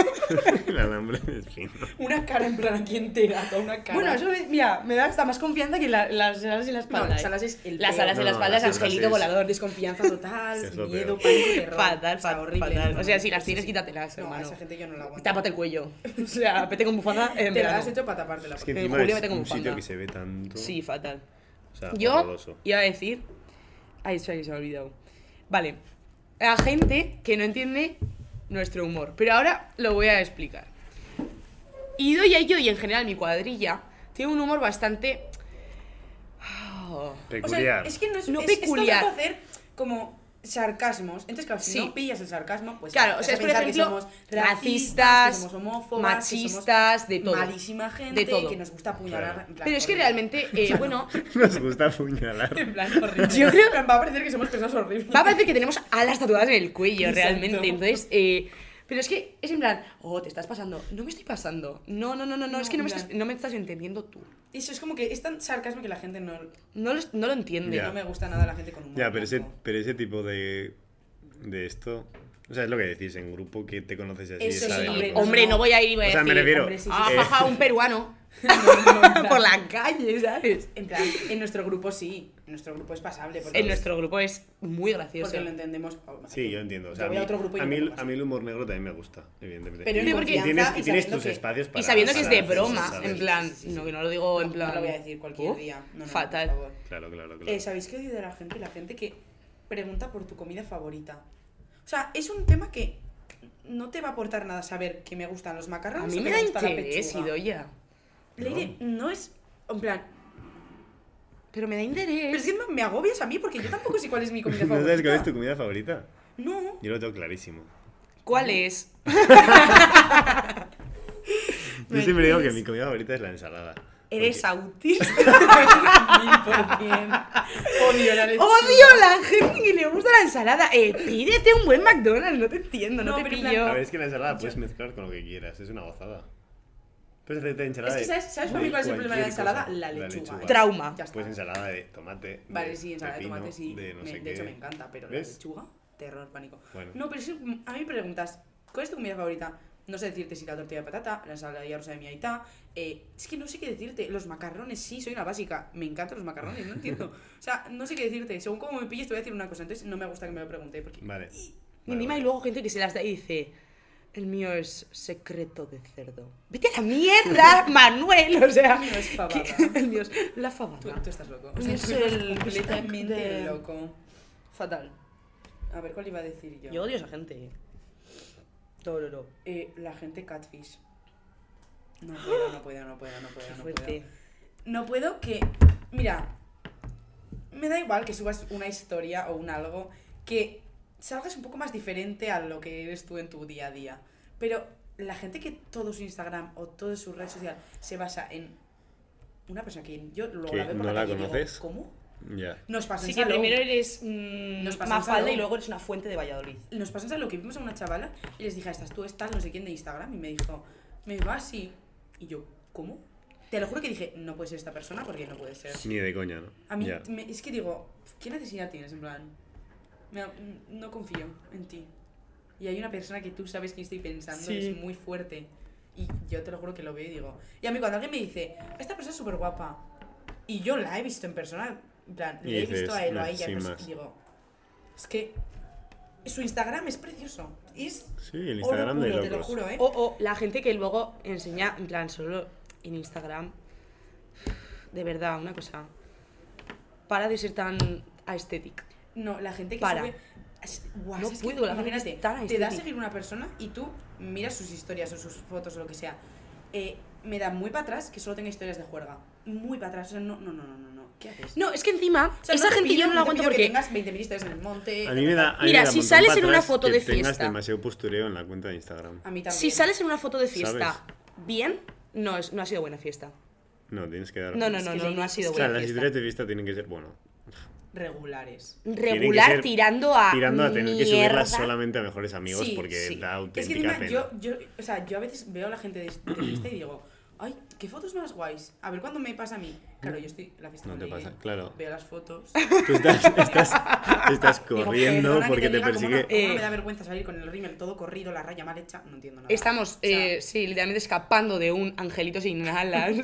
A: El alambre de espino.
C: como Una cara en plan aquí entera, toda una cara.
B: Bueno, eso, me- mira, me da hasta más confianza que la- las alas y la espalda.
C: No, las
B: eh.
C: alas es el
B: Las
C: peor.
B: alas y
A: No,
B: la
A: no,
B: espalda
A: las
B: es
A: alas
B: angelito
A: es-
B: volador.
C: Desconfianza total,
A: Es lo
C: miedo,
A: peor.
C: pánico, terror.
B: Fatal,
C: O sea,
B: fatal,
C: horrible.
B: fatal.
C: no,
B: O sea,
C: no,
B: si las
C: sí,
B: tienes,
C: sí.
B: quídatelas,
C: No, a
B: hermano.
C: esa gente yo no la aguanto.
B: Tápate el cuello. O sea, vete con bufanda en
C: Te la
B: verano.
C: has hecho para taparte la
A: Es que
B: En
A: encima
B: julio
A: es
B: me tengo
A: un
B: un
A: sitio
B: panda.
A: que se ve tanto.
B: Sí, fatal.
A: O sea,
B: Yo
A: horroroso.
B: iba a decir. Ay, espera que se me ha olvidado. Vale. A gente que no entiende nuestro humor. Pero ahora lo voy a explicar. Idoia y yo, y en general mi cuadrilla, tiene un humor bastante. Ah.
C: O sea,
A: Peculiar.
C: es que no es,
B: No
C: es,
B: peculiar.
C: Es todo hacer como sarcasmos. Entonces, claro, si
B: Sí.
C: no pillas el sarcasmo, pues
B: Claro,
C: te
B: o
C: vas
B: sea,
C: a
B: es por
C: pensar
B: ejemplo,
C: que somos
B: racistas,
C: que somos homófobas,
B: machistas,
C: que
B: de
C: somos
B: todo.
C: malísima gente,
B: De todo.
C: que nos gusta apuñalar.
A: Claro.
C: en plan,
B: Pero es que
C: horrible.
B: realmente, eh, bueno,
A: Nos gusta apuñalar.
C: En plan, horrible.
B: Yo creo-
C: En plan, va a parecer que somos personas horribles.
B: va a parecer que tenemos alas tatuadas en el cuello,
C: Exacto.
B: realmente. Entonces, eh, pero es que es en plan, oh, te estás pasando. No me estoy pasando. No, no, no, no, no,
C: No,
B: es que no me,
C: en
B: estás,
C: plan-
B: no me estás entendiendo tú.
C: Eso es como que es tan sarcasmo que la gente no,
B: No lo, no lo entiende.
A: Ya.
C: no me gusta nada la gente con humor.
A: Ya, pero ese,
C: blanco.
A: pero ese tipo de. de esto. O sea, es lo que decís, en grupo que te conoces y así.
C: Eso
A: está
C: sí,
A: de
C: hombre,
A: locos.
B: Hombre, no voy a ir y voy a
A: O sea, me
B: decir,
A: refiero,
B: hombre, sí, sí,
A: eh,
B: sí, ah, jaja, un peruano por la calle, ¿sabes?
C: En plan, en nuestro grupo sí. En nuestro grupo es pasable. Porque
B: En nuestro grupo es muy gracioso.
C: Porque lo entendemos. oh,
A: Sí, yo entiendo. O sea,
C: Yo
A: a
C: voy
A: mí,
C: a otro grupo y
A: a
C: no
A: mí-
C: me pasa.
A: a mí el humor negro también me gusta, evidentemente.
C: Pero
A: y,
C: en
A: y
C: confianza
A: tienes,
C: y
A: y tienes
C: sabiendo
A: tus
C: que-
A: espacios para.
B: y sabiendo que es
A: para
B: de
A: hacer sus
B: broma,
A: cosas.
B: en plan, no que no lo digo en plan.
C: No lo voy a decir cualquier
B: "Oh,
C: día. No, no, no, por
B: fatal.
C: favor.
A: Claro, claro, claro.
C: Eh, ¿Sabéis qué odio de la gente? La gente que pregunta por tu comida favorita. O sea, es un tema que no te va a aportar nada saber que me gustan los macarrones.
B: A mí
C: o
B: me
C: que
B: da
C: gusta la
B: interés,
C: pechuga.
B: Idoya.
C: Leire, no es. En plan.
B: Pero me da interés.
C: Pero es que me agobias a mí porque yo tampoco sé cuál es mi comida
A: ¿No
C: favorita.
A: sabes cuál es tu comida favorita?
C: No.
A: Yo lo tengo clarísimo.
B: ¿Cuál es?
A: Yo siempre digo que mi comida favorita es la ensalada.
B: Eres
A: Porque-
B: autista.
C: Odio la lechuga.
B: Odio a la gente que le gusta la ensalada. Eh, pídete un buen McDonald's, no te entiendo, no,
C: No,
B: te
C: pero en
B: pillo.
A: A ver, es que la ensalada puedes mezclar con lo que quieras, es una gozada. Puedes hacerte ensalada.
C: Es que,
A: de
C: ¿sabes, ¿sabes para mí cuál es el problema de la
A: cualquier cosa.
C: ensalada? La lechuga.
B: Trauma.
C: Ya está.
A: Pues ensalada de tomate. de
C: Vale, sí, ensalada de
A: pepino,
C: tomate, sí.
A: De, no
C: Me-
A: sé
C: de hecho,
A: qué.
C: me encanta, pero
A: ¿Ves? Pues
C: la lechuga, terror, pánico.
A: Bueno.
C: No, pero si a mí me preguntas, ¿cuál es tu comida favorita? No sé decirte si la tortilla de patata, la ensalada rosa de mi aita. eh, es que no sé qué decirte. Los macarrones, sí, soy una básica. Me encantan los macarrones, no entiendo. O sea, no sé qué decirte. Según cómo me pilles, te voy a decir una cosa. Entonces, no me gusta que me lo pregunte. Porque...
A: Vale.
B: Y
A: Vale,
B: encima
A: vale.
B: hay luego gente que se las da y dice, el mío es secreto de cerdo. Vete a la mierda, Manuel, o sea.
C: El mío es fabada.
B: que- El mío es la
C: Tú,
B: fabada.
C: tú estás loco.
B: Es
C: O sea, tú estás
B: el-
C: completamente
B: de-
C: loco.
B: Fatal.
C: A ver, ¿cuál iba a decir yo?
B: Yo odio a esa gente. eh. Todo lo, lo.
C: Eh, la gente catfish. No puedo, no puedo, no puedo, no puedo. no puedo.
B: Fuerte.
C: No puedo que. Mira, me da igual que subas una historia o un algo que salgas un poco más diferente a lo que eres tú en tu día a día. Pero la gente que todo su Instagram o toda su red social se basa en una persona que yo luego
A: Que
C: la veo por
A: no la
C: calle y digo,
A: conoces.
C: ¿Cómo?
A: Ya.
C: Nos pasó en
B: Así que
C: Salou.
B: primero eres mm,
C: Nos pasa un
B: Mafalda
C: salón.
B: y luego eres una fuente de Valladolid.
C: nos pasó lo que vimos a una chavala y les dije, "Ah, estás tú, estás no sé quién de Instagram. Y me dijo, me dijo, ah, sí. Y yo, ¿cómo? Te lo juro que dije, no puede ser esta persona porque no puede ser.
A: Ni de coña, ¿no?
C: A mí
A: Ya.
C: me- es que digo, ¿qué necesidad tienes? En plan, me da- mm, no confío en ti. Y hay una persona que tú sabes que estoy pensando,
B: Sí.
C: es muy fuerte. Y yo te lo juro que lo veo y digo. Y a mí cuando alguien me dice, esta persona es súper guapa, y yo la he visto en persona, en plan,
A: Y
C: le he
A: dices,
C: visto a él o
A: "Nah,
C: a ella,
A: sin
C: pues,
A: más".
C: digo, es que su Instagram es precioso. Es
A: Sí, el
C: oro
A: Instagram de
C: puro, te lo
A: locos.
C: juro, ¿eh?
B: O, o la gente que luego enseña, en plan, solo en Instagram. De verdad, una cosa. Para de ser tan aesthetic.
C: No, la gente que
B: Para.
C: sube- es- guau,
B: No
C: es que
B: puedo, la gente
C: imagínate,
B: es tan
C: Te da a
B: aesthetic.
C: seguir una persona y tú miras sus historias o sus fotos o lo que sea. Eh, me da muy para atrás que solo tenga historias de juerga. Muy para atrás. O sea, no, no, no, no, no, no. ¿Qué haces?
B: No, es que encima,
C: O sea,
B: esa
C: te
B: gente
C: pillo-
B: yo no
C: te
B: la aguanto
C: pillo que
B: porque.
C: tengas 20.000 historias en el monte.
A: A mí me da. a mí
B: Mira,
A: me da
B: si
A: montón
B: sales
A: pa'
B: en una
A: atrás
B: foto
A: que
B: de
A: Tengas
B: fiesta. Ah.
A: demasiado postureo en la cuenta de Instagram.
C: A mí también.
B: Si sales en una foto de fiesta
A: ¿Sabes?
B: bien, no, es, no ha sido buena fiesta.
A: No, tienes que dar.
B: No, no,
C: Es
B: no,
C: que
B: no,
C: sí,
B: no ha
C: es
B: sido
A: O sea,
B: buena
A: las
B: fiesta.
A: historias de fiesta tienen que ser, bueno,
C: Regulares.
A: que ser-
B: Regular tirando a.
A: tirando a tener que
B: mierda.
A: subirlas solamente a mejores amigos
C: Sí,
A: porque da
B: sí.
C: Es que
A: auténtica
C: encima
A: pena.
C: yo, yo, o sea, yo a veces veo a la gente de, de fiesta y digo, ay, qué fotos más guays. A ver cuándo me pasa a mí. Claro, yo estoy en la fiesta
A: No
C: con
A: te
C: Irene,
A: pasa, claro.
C: Veo las fotos.
A: Tú estás, estás, estás
C: Digo,
A: corriendo
C: perdona que
A: porque te
C: diga, como
A: persigue.
C: No, como no
B: Eh.
C: me da vergüenza salir con el rímel todo corrido, la raya mal hecha, no entiendo nada.
B: Estamos,
C: O sea,
B: eh, sí, literalmente escapando de un angelito sin alas.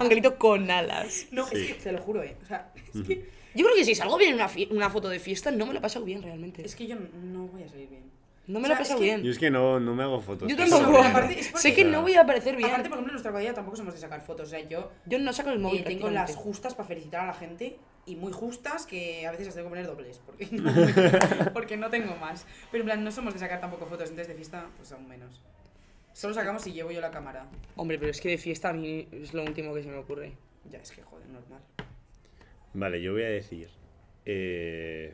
B: angelito con alas.
C: No,
A: Sí.
C: es que te lo juro, eh. O sea, es que,
B: Yo creo que si salgo bien en una, fi- una foto de fiesta, no me lo he pasado bien realmente.
C: es que yo no- no voy a salir bien.
B: No me
C: O
B: lo
C: sea,
B: he pasado
C: es que-
A: Yo
B: bien.
A: es que no, no me hago fotos.
B: Yo
A: que es
B: tampoco.
A: horrible.
C: Aparte, es porque-
B: sé que no voy a aparecer bien.
C: Aparte, por ejemplo, en nuestra cuadrilla tampoco somos de sacar fotos. O sea, yo
B: Yo no saco el móvil.
C: eh, tengo las
B: prácticamente.
C: justas para felicitar a la gente y muy justas que a veces las tengo que poner dobles porque no, porque no tengo más. Pero en plan, no somos de sacar tampoco fotos entonces de fiesta, pues aún menos. Solo sacamos si llevo yo la cámara.
B: Hombre, pero es que de fiesta a mí es lo último que se me ocurre.
C: Ya, es que joder, normal.
A: Vale, yo voy a decir. eh,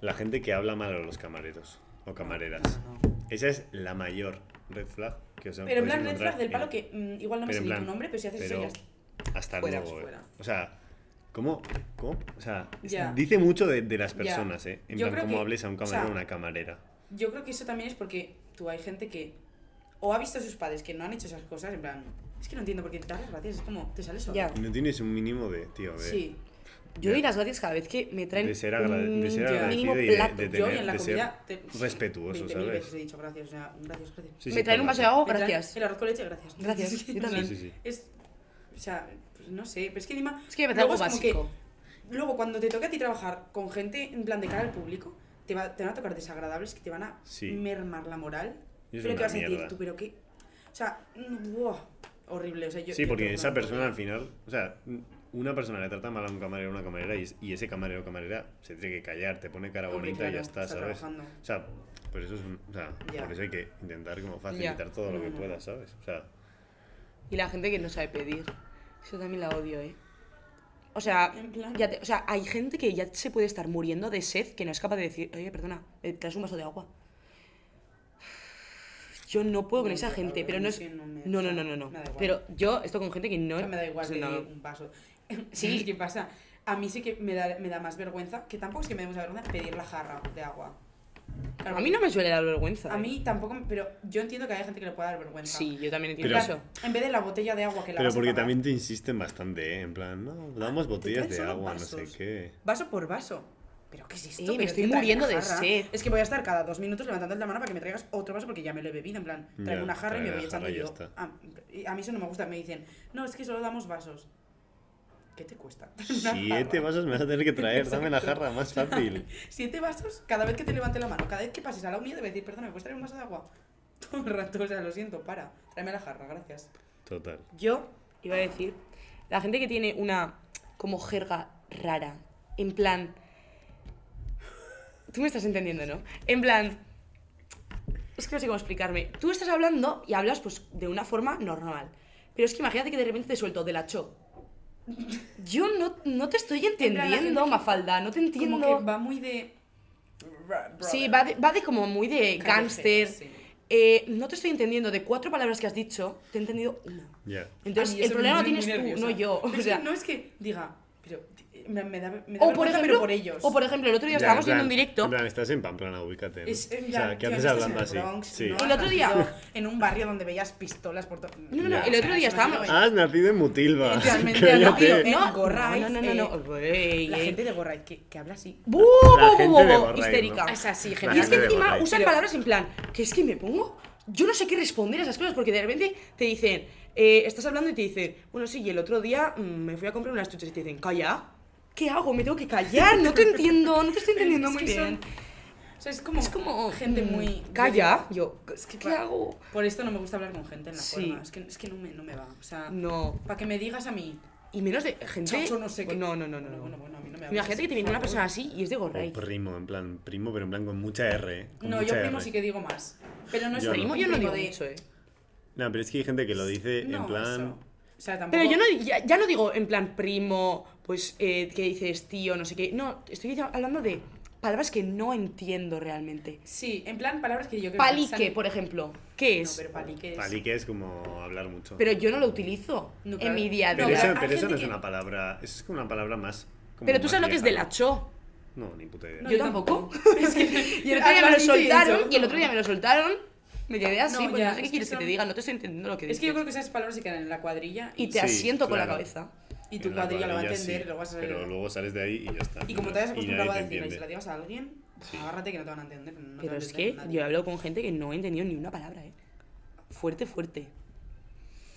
A: la gente que habla mal a los camareros o camareras.
C: No, no.
A: Esa es la mayor red flag que os han
C: Pero en plan, red flag del palo que mm, igual no me
A: Pero
C: sé
A: en
C: ni
A: plan,
C: tu nombre, pero si haces
A: pero
C: eso ya
A: hasta
B: fuera,
A: luego. eh.
C: fuera.
A: O sea, ¿cómo? ¿Cómo? O sea,
C: Ya.
A: dice mucho de, de las
C: Ya.
A: personas, ¿eh? En
C: Yo
A: plan,
C: creo
A: cómo
C: que-
A: hables a un
C: o sea,
A: camarero o una camarera.
C: Yo creo que eso también es porque tú hay gente que o ha visto a sus padres que no han hecho esas cosas, en plan, es que no entiendo por qué te das las gracias, es como, te sales solo.
B: Ya.
A: No tienes un mínimo de, tío, de...
C: Sí.
A: Ya.
B: Yo doy las gracias cada vez que me traen
A: De ser, agra- de ser
B: un
C: agra-
A: agradecido y
B: mínimo
A: de,
B: plato.
A: de
C: Yo
A: tener,
C: y en la
A: de ser
C: comida te-
A: respetuoso,
C: 20.000 veces
A: ¿sabes?
C: he dicho gracias, o sea, gracias, gracias.
A: Sí, sí,
B: me traen un vaso de agua, Oh, gracias.
C: El arroz con leche, gracias.
B: Gracias,
C: Es que,
B: yo
C: en
B: también.
C: plan,
A: Sí, sí, sí.
C: Es, o sea, pues no sé, pero es que encima...
B: Es que me parece
C: luego
B: algo
C: es como que-
B: básico.
C: luego, cuando te toca a ti trabajar con gente en plan de cara al público, te, va- te van a tocar desagradables que te van a
A: Sí.
C: mermar la moral.
A: Y es
C: pero
A: una
C: que vas a
A: mierda.
C: decir tú, pero qué... O sea, mm, buah, horrible. O sea, yo,
A: Sí,
C: yo
A: porque
C: creo que
A: esa
C: no
A: persona
C: podría.
A: al final, o sea, una persona le trata mal a un camarero o una camarera y, y ese camarero o camarera se tiene que callar, te pone cara
C: Hombre,
A: bonita y ya
C: claro,
A: está,
C: está
A: ¿sabes?
C: trabajando.
A: O sea, por eso, es un- o sea,
C: Ya.
A: por eso hay que intentar como facilitar todo lo que puedas, ¿sabes? O sea,
B: Y la gente que no sabe pedir. Eso también la odio, ¿eh? O sea,
C: En plan-
B: ya te- o sea, hay gente que ya se puede estar muriendo de sed que no es capaz de decir, oye, perdona, ¿me traes un vaso de agua? Yo no puedo con
C: No,
B: esa
C: yo,
B: gente,
C: la
B: pero
C: verdad
B: no
C: es
B: es...
C: que no me-
B: No,
C: o
B: no,
C: sea,
B: no, no, no.
C: me da igual.
B: Pero yo, esto con gente que no...
C: O sea, me da igual
B: o sea,
C: que
B: no.
C: dé un vaso. Sí, ¿qué pasa? A mí sí que me da, me da más vergüenza, que tampoco es que me dé mucha vergüenza, pedir la jarra de agua. Claro,
B: A mí no me suele dar vergüenza.
C: A
B: ¿eh?
C: mí tampoco, pero yo entiendo que hay gente que le pueda dar vergüenza.
B: Sí, yo también
C: En
B: entiendo
A: Pero-
B: eso.
C: plan, en vez de la botella de agua que la
A: pero
C: vas a
A: porque
C: pagar,
A: también te insisten bastante, ¿eh? En plan, no, damos botellas
C: traen
A: de
C: solo
A: agua, no
C: vasos.
A: sé qué.
C: Vaso por vaso. ¿Pero qué es esto?
B: Eh,
C: Pero
B: me
C: es
B: estoy
C: que traen
B: muriendo
C: una
B: de
C: jarra.
B: sed.
C: Es que voy a estar cada dos minutos levantando la mano para que me traigas otro vaso porque ya me lo he bebido. En plan, traigo
A: Ya,
C: una jarra y me
A: trae la
C: voy echando
A: jarra y ya
C: yo.
A: está.
C: Ah, y A, mí eso no me gusta. Me dicen, no, es que solo damos vasos. ¿Qué te cuesta? Una
A: Siete
C: jarra.
A: vasos me vas a tener que traer, dame la jarra, más fácil.
C: Siete vasos cada vez que te levante la mano. Cada vez que pases a la mía te voy a decir, perdona, ¿me puedes traer un vaso de agua? Todo el rato, o sea, lo siento, para. Tráeme la jarra, gracias.
A: Total.
B: Yo iba a decir, la gente que tiene una como jerga rara, en plan... Tú me estás entendiendo, ¿no? En plan... Es que no sé cómo explicarme. Tú estás hablando y hablas pues de una forma normal. Pero es que imagínate que de repente te suelto de la cho. Yo no, no te estoy
C: plan, la gente
B: entendiendo,
C: que-
B: Mafalda, no te entiendo.
C: Como que va muy de...
B: Sí, va de, va de como muy de
C: Callejero,
B: gángster.
C: sí.
B: Eh, no te estoy entendiendo. De cuatro palabras que has dicho, te he entendido una.
A: Ya.
B: Entonces,
C: A mí
B: el
C: eso me
B: problema lo
C: pone
B: tienes
C: muy
B: tú,
C: nerviosa.
B: no yo.
C: Pero
B: O
C: es
B: sea,
C: que no es que diga, pero eh, me, me da, me da
B: o por
C: vergüenza,
B: ejemplo,
C: pero por ellos.
B: o por ejemplo, el otro
A: Ya,
B: día estábamos
A: en
B: viendo un
A: plan-
B: directo.
A: En plan, estás en Pamplona, ubícate. ¿no?
C: Es- en
A: o sea,
C: plan,
A: ¿qué
C: tío,
A: haces
C: estás en
A: hablando
C: el
A: así?
C: Bronx,
A: sí.
C: ¿no?
B: El otro día-
C: Nacido En un barrio donde veías pistolas por Ah, todo.
B: No, no, no,
A: Ya.
B: el otro día
C: O sea, eso no
B: estábamos.
C: lo veo.
A: Has nacido en Mutilva.
C: Literalmente,
B: no,
A: Cállate.
C: tío,
B: y- no,
C: Eh, gorrais,
B: no, no, no, no,
C: eh,
B: güey,
C: La
B: eh.
C: gente de Gorra que, que habla así.
B: Bu,
A: La
B: bu, bu,
A: gente de
B: bu,
A: Gorraes,
B: histérica.
A: ¿no?
C: Ah, Es así,
A: La
C: gente.
B: Y es que
A: de
B: encima
A: Gorraes.
B: usan
C: Pero-
B: palabras en plan, que es que me pongo. Yo no sé qué responder a esas cosas, porque de repente te dicen, eh, estás hablando y te dicen, bueno, sí, y el otro día mm, me fui a comprar unas chuches y te dicen, calla. ¿Qué hago? Me tengo que callar, no te entiendo, no te estoy entendiendo
C: Es
B: muy
C: que son-
B: bien.
C: O sea, es como,
B: Es como.
C: gente
B: mm,
C: muy...
B: Calla. Yo, es que,
C: que
B: ¿qué
C: va-
B: hago?
C: Por esto no me gusta hablar con gente en la
B: Sí.
C: forma. Es que, es que no, me, no me va. O sea,
B: No.
C: para que me digas a mí...
B: Y menos de gente.
C: Chacho, no sé qué.
B: Pues No, no, no, no.
C: Bueno,
B: no.
C: bueno, bueno, a mí no me hables,
B: Imagínate que te viene
C: por
B: una
C: favor.
B: persona así y es de
A: O
B: Gorray.
A: primo, en plan, primo, pero en plan con mucha R. ¿eh? Con
C: No, yo
A: mucha
C: primo
A: R.
C: sí que digo más. Pero no es
A: Yo no.
B: Primo,
C: un
B: yo no digo
C: de-
B: mucho, eh.
A: No, pero es que hay gente que lo dice
C: No,
A: en plan.
C: eso. O sea, tampoco...
B: Pero yo no, ya, ya no digo en plan primo, pues eh, que dices tío, no sé qué. No, estoy dic- hablando de palabras que no entiendo realmente.
C: Sí, en plan palabras que yo creo que...
B: Palique,
C: están-
B: por ejemplo. ¿Qué
C: No,
B: es?
C: pero palique es...
A: Palique es como hablar mucho.
B: pero yo no lo utilizo
C: No,
B: en
C: claro.
B: mi día a
A: Pero
C: No,
B: día.
A: eso,
C: hay
A: pero eso
C: gente
A: no es
C: que-
A: una palabra. Eso es como una palabra más. como
B: Pero tú
A: más
B: sabes lo que es de
A: vieja,
B: la cho.
A: ¿no? No, ni puta idea.
B: yo tampoco.
C: es que...
B: Y el otro día me
C: Además,
B: lo
C: sí,
B: soltaron.
C: eso.
B: Y el otro día me lo soltaron. Me quedé así,
C: No,
B: pues
C: ya,
B: no sé
C: es
B: qué
C: que
B: quieres que
C: son-
B: te diga, no te estoy entendiendo lo que dices.
C: Es que yo creo que esas palabras se quedan en la cuadrilla y,
B: Y
A: Sí,
B: te asiento con la
A: claro.
B: cabeza.
C: y tu
A: En la
C: cuadrilla lo va a
A: cuadrilla
C: entender,
A: sí,
C: lo vas a
A: Pero luego sales de ahí y ya está.
C: Y como te hayas
A: nadie
C: acostumbrado a
A: te
C: decirlo y se la
A: entiende.
C: digas a alguien, agárrate que no te van a entender. no te
B: Pero
C: va a
B: es que
C: entender
B: yo he
C: nadie.
B: hablado con gente que no he entendido ni una palabra, ¿eh? Fuerte, fuerte.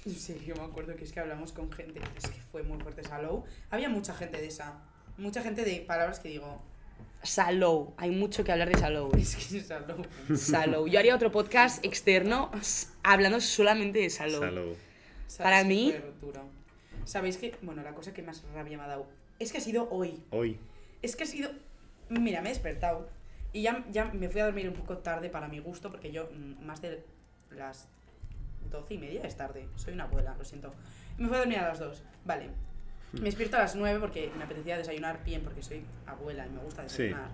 C: En serio, me acuerdo que es que hablamos con gente, es que fue muy fuerte esa low. Había mucha gente de esa, mucha gente de palabras que digo,
B: Salou. Hay mucho que hablar de Salou. ¿eh?
C: es que esa low.
B: Salou. Yo haría otro podcast externo s- hablando solamente de Salou.
A: Salud.
B: Para mí-
C: ¿Sabéis que, bueno, la cosa que más rabia me ha dado es que ha sido hoy.
A: Hoy.
C: Es que ha sido. Mira, me he despertado. Y ya, ya me fui a dormir un poco tarde para mi gusto, porque yo mm, más de las doce y media es tarde. Soy una abuela, lo siento. Me fui a dormir a las dos. Vale. Me despierto a las nueve porque me apetecía desayunar bien, porque soy abuela y me gusta
A: Sí.
C: desayunar.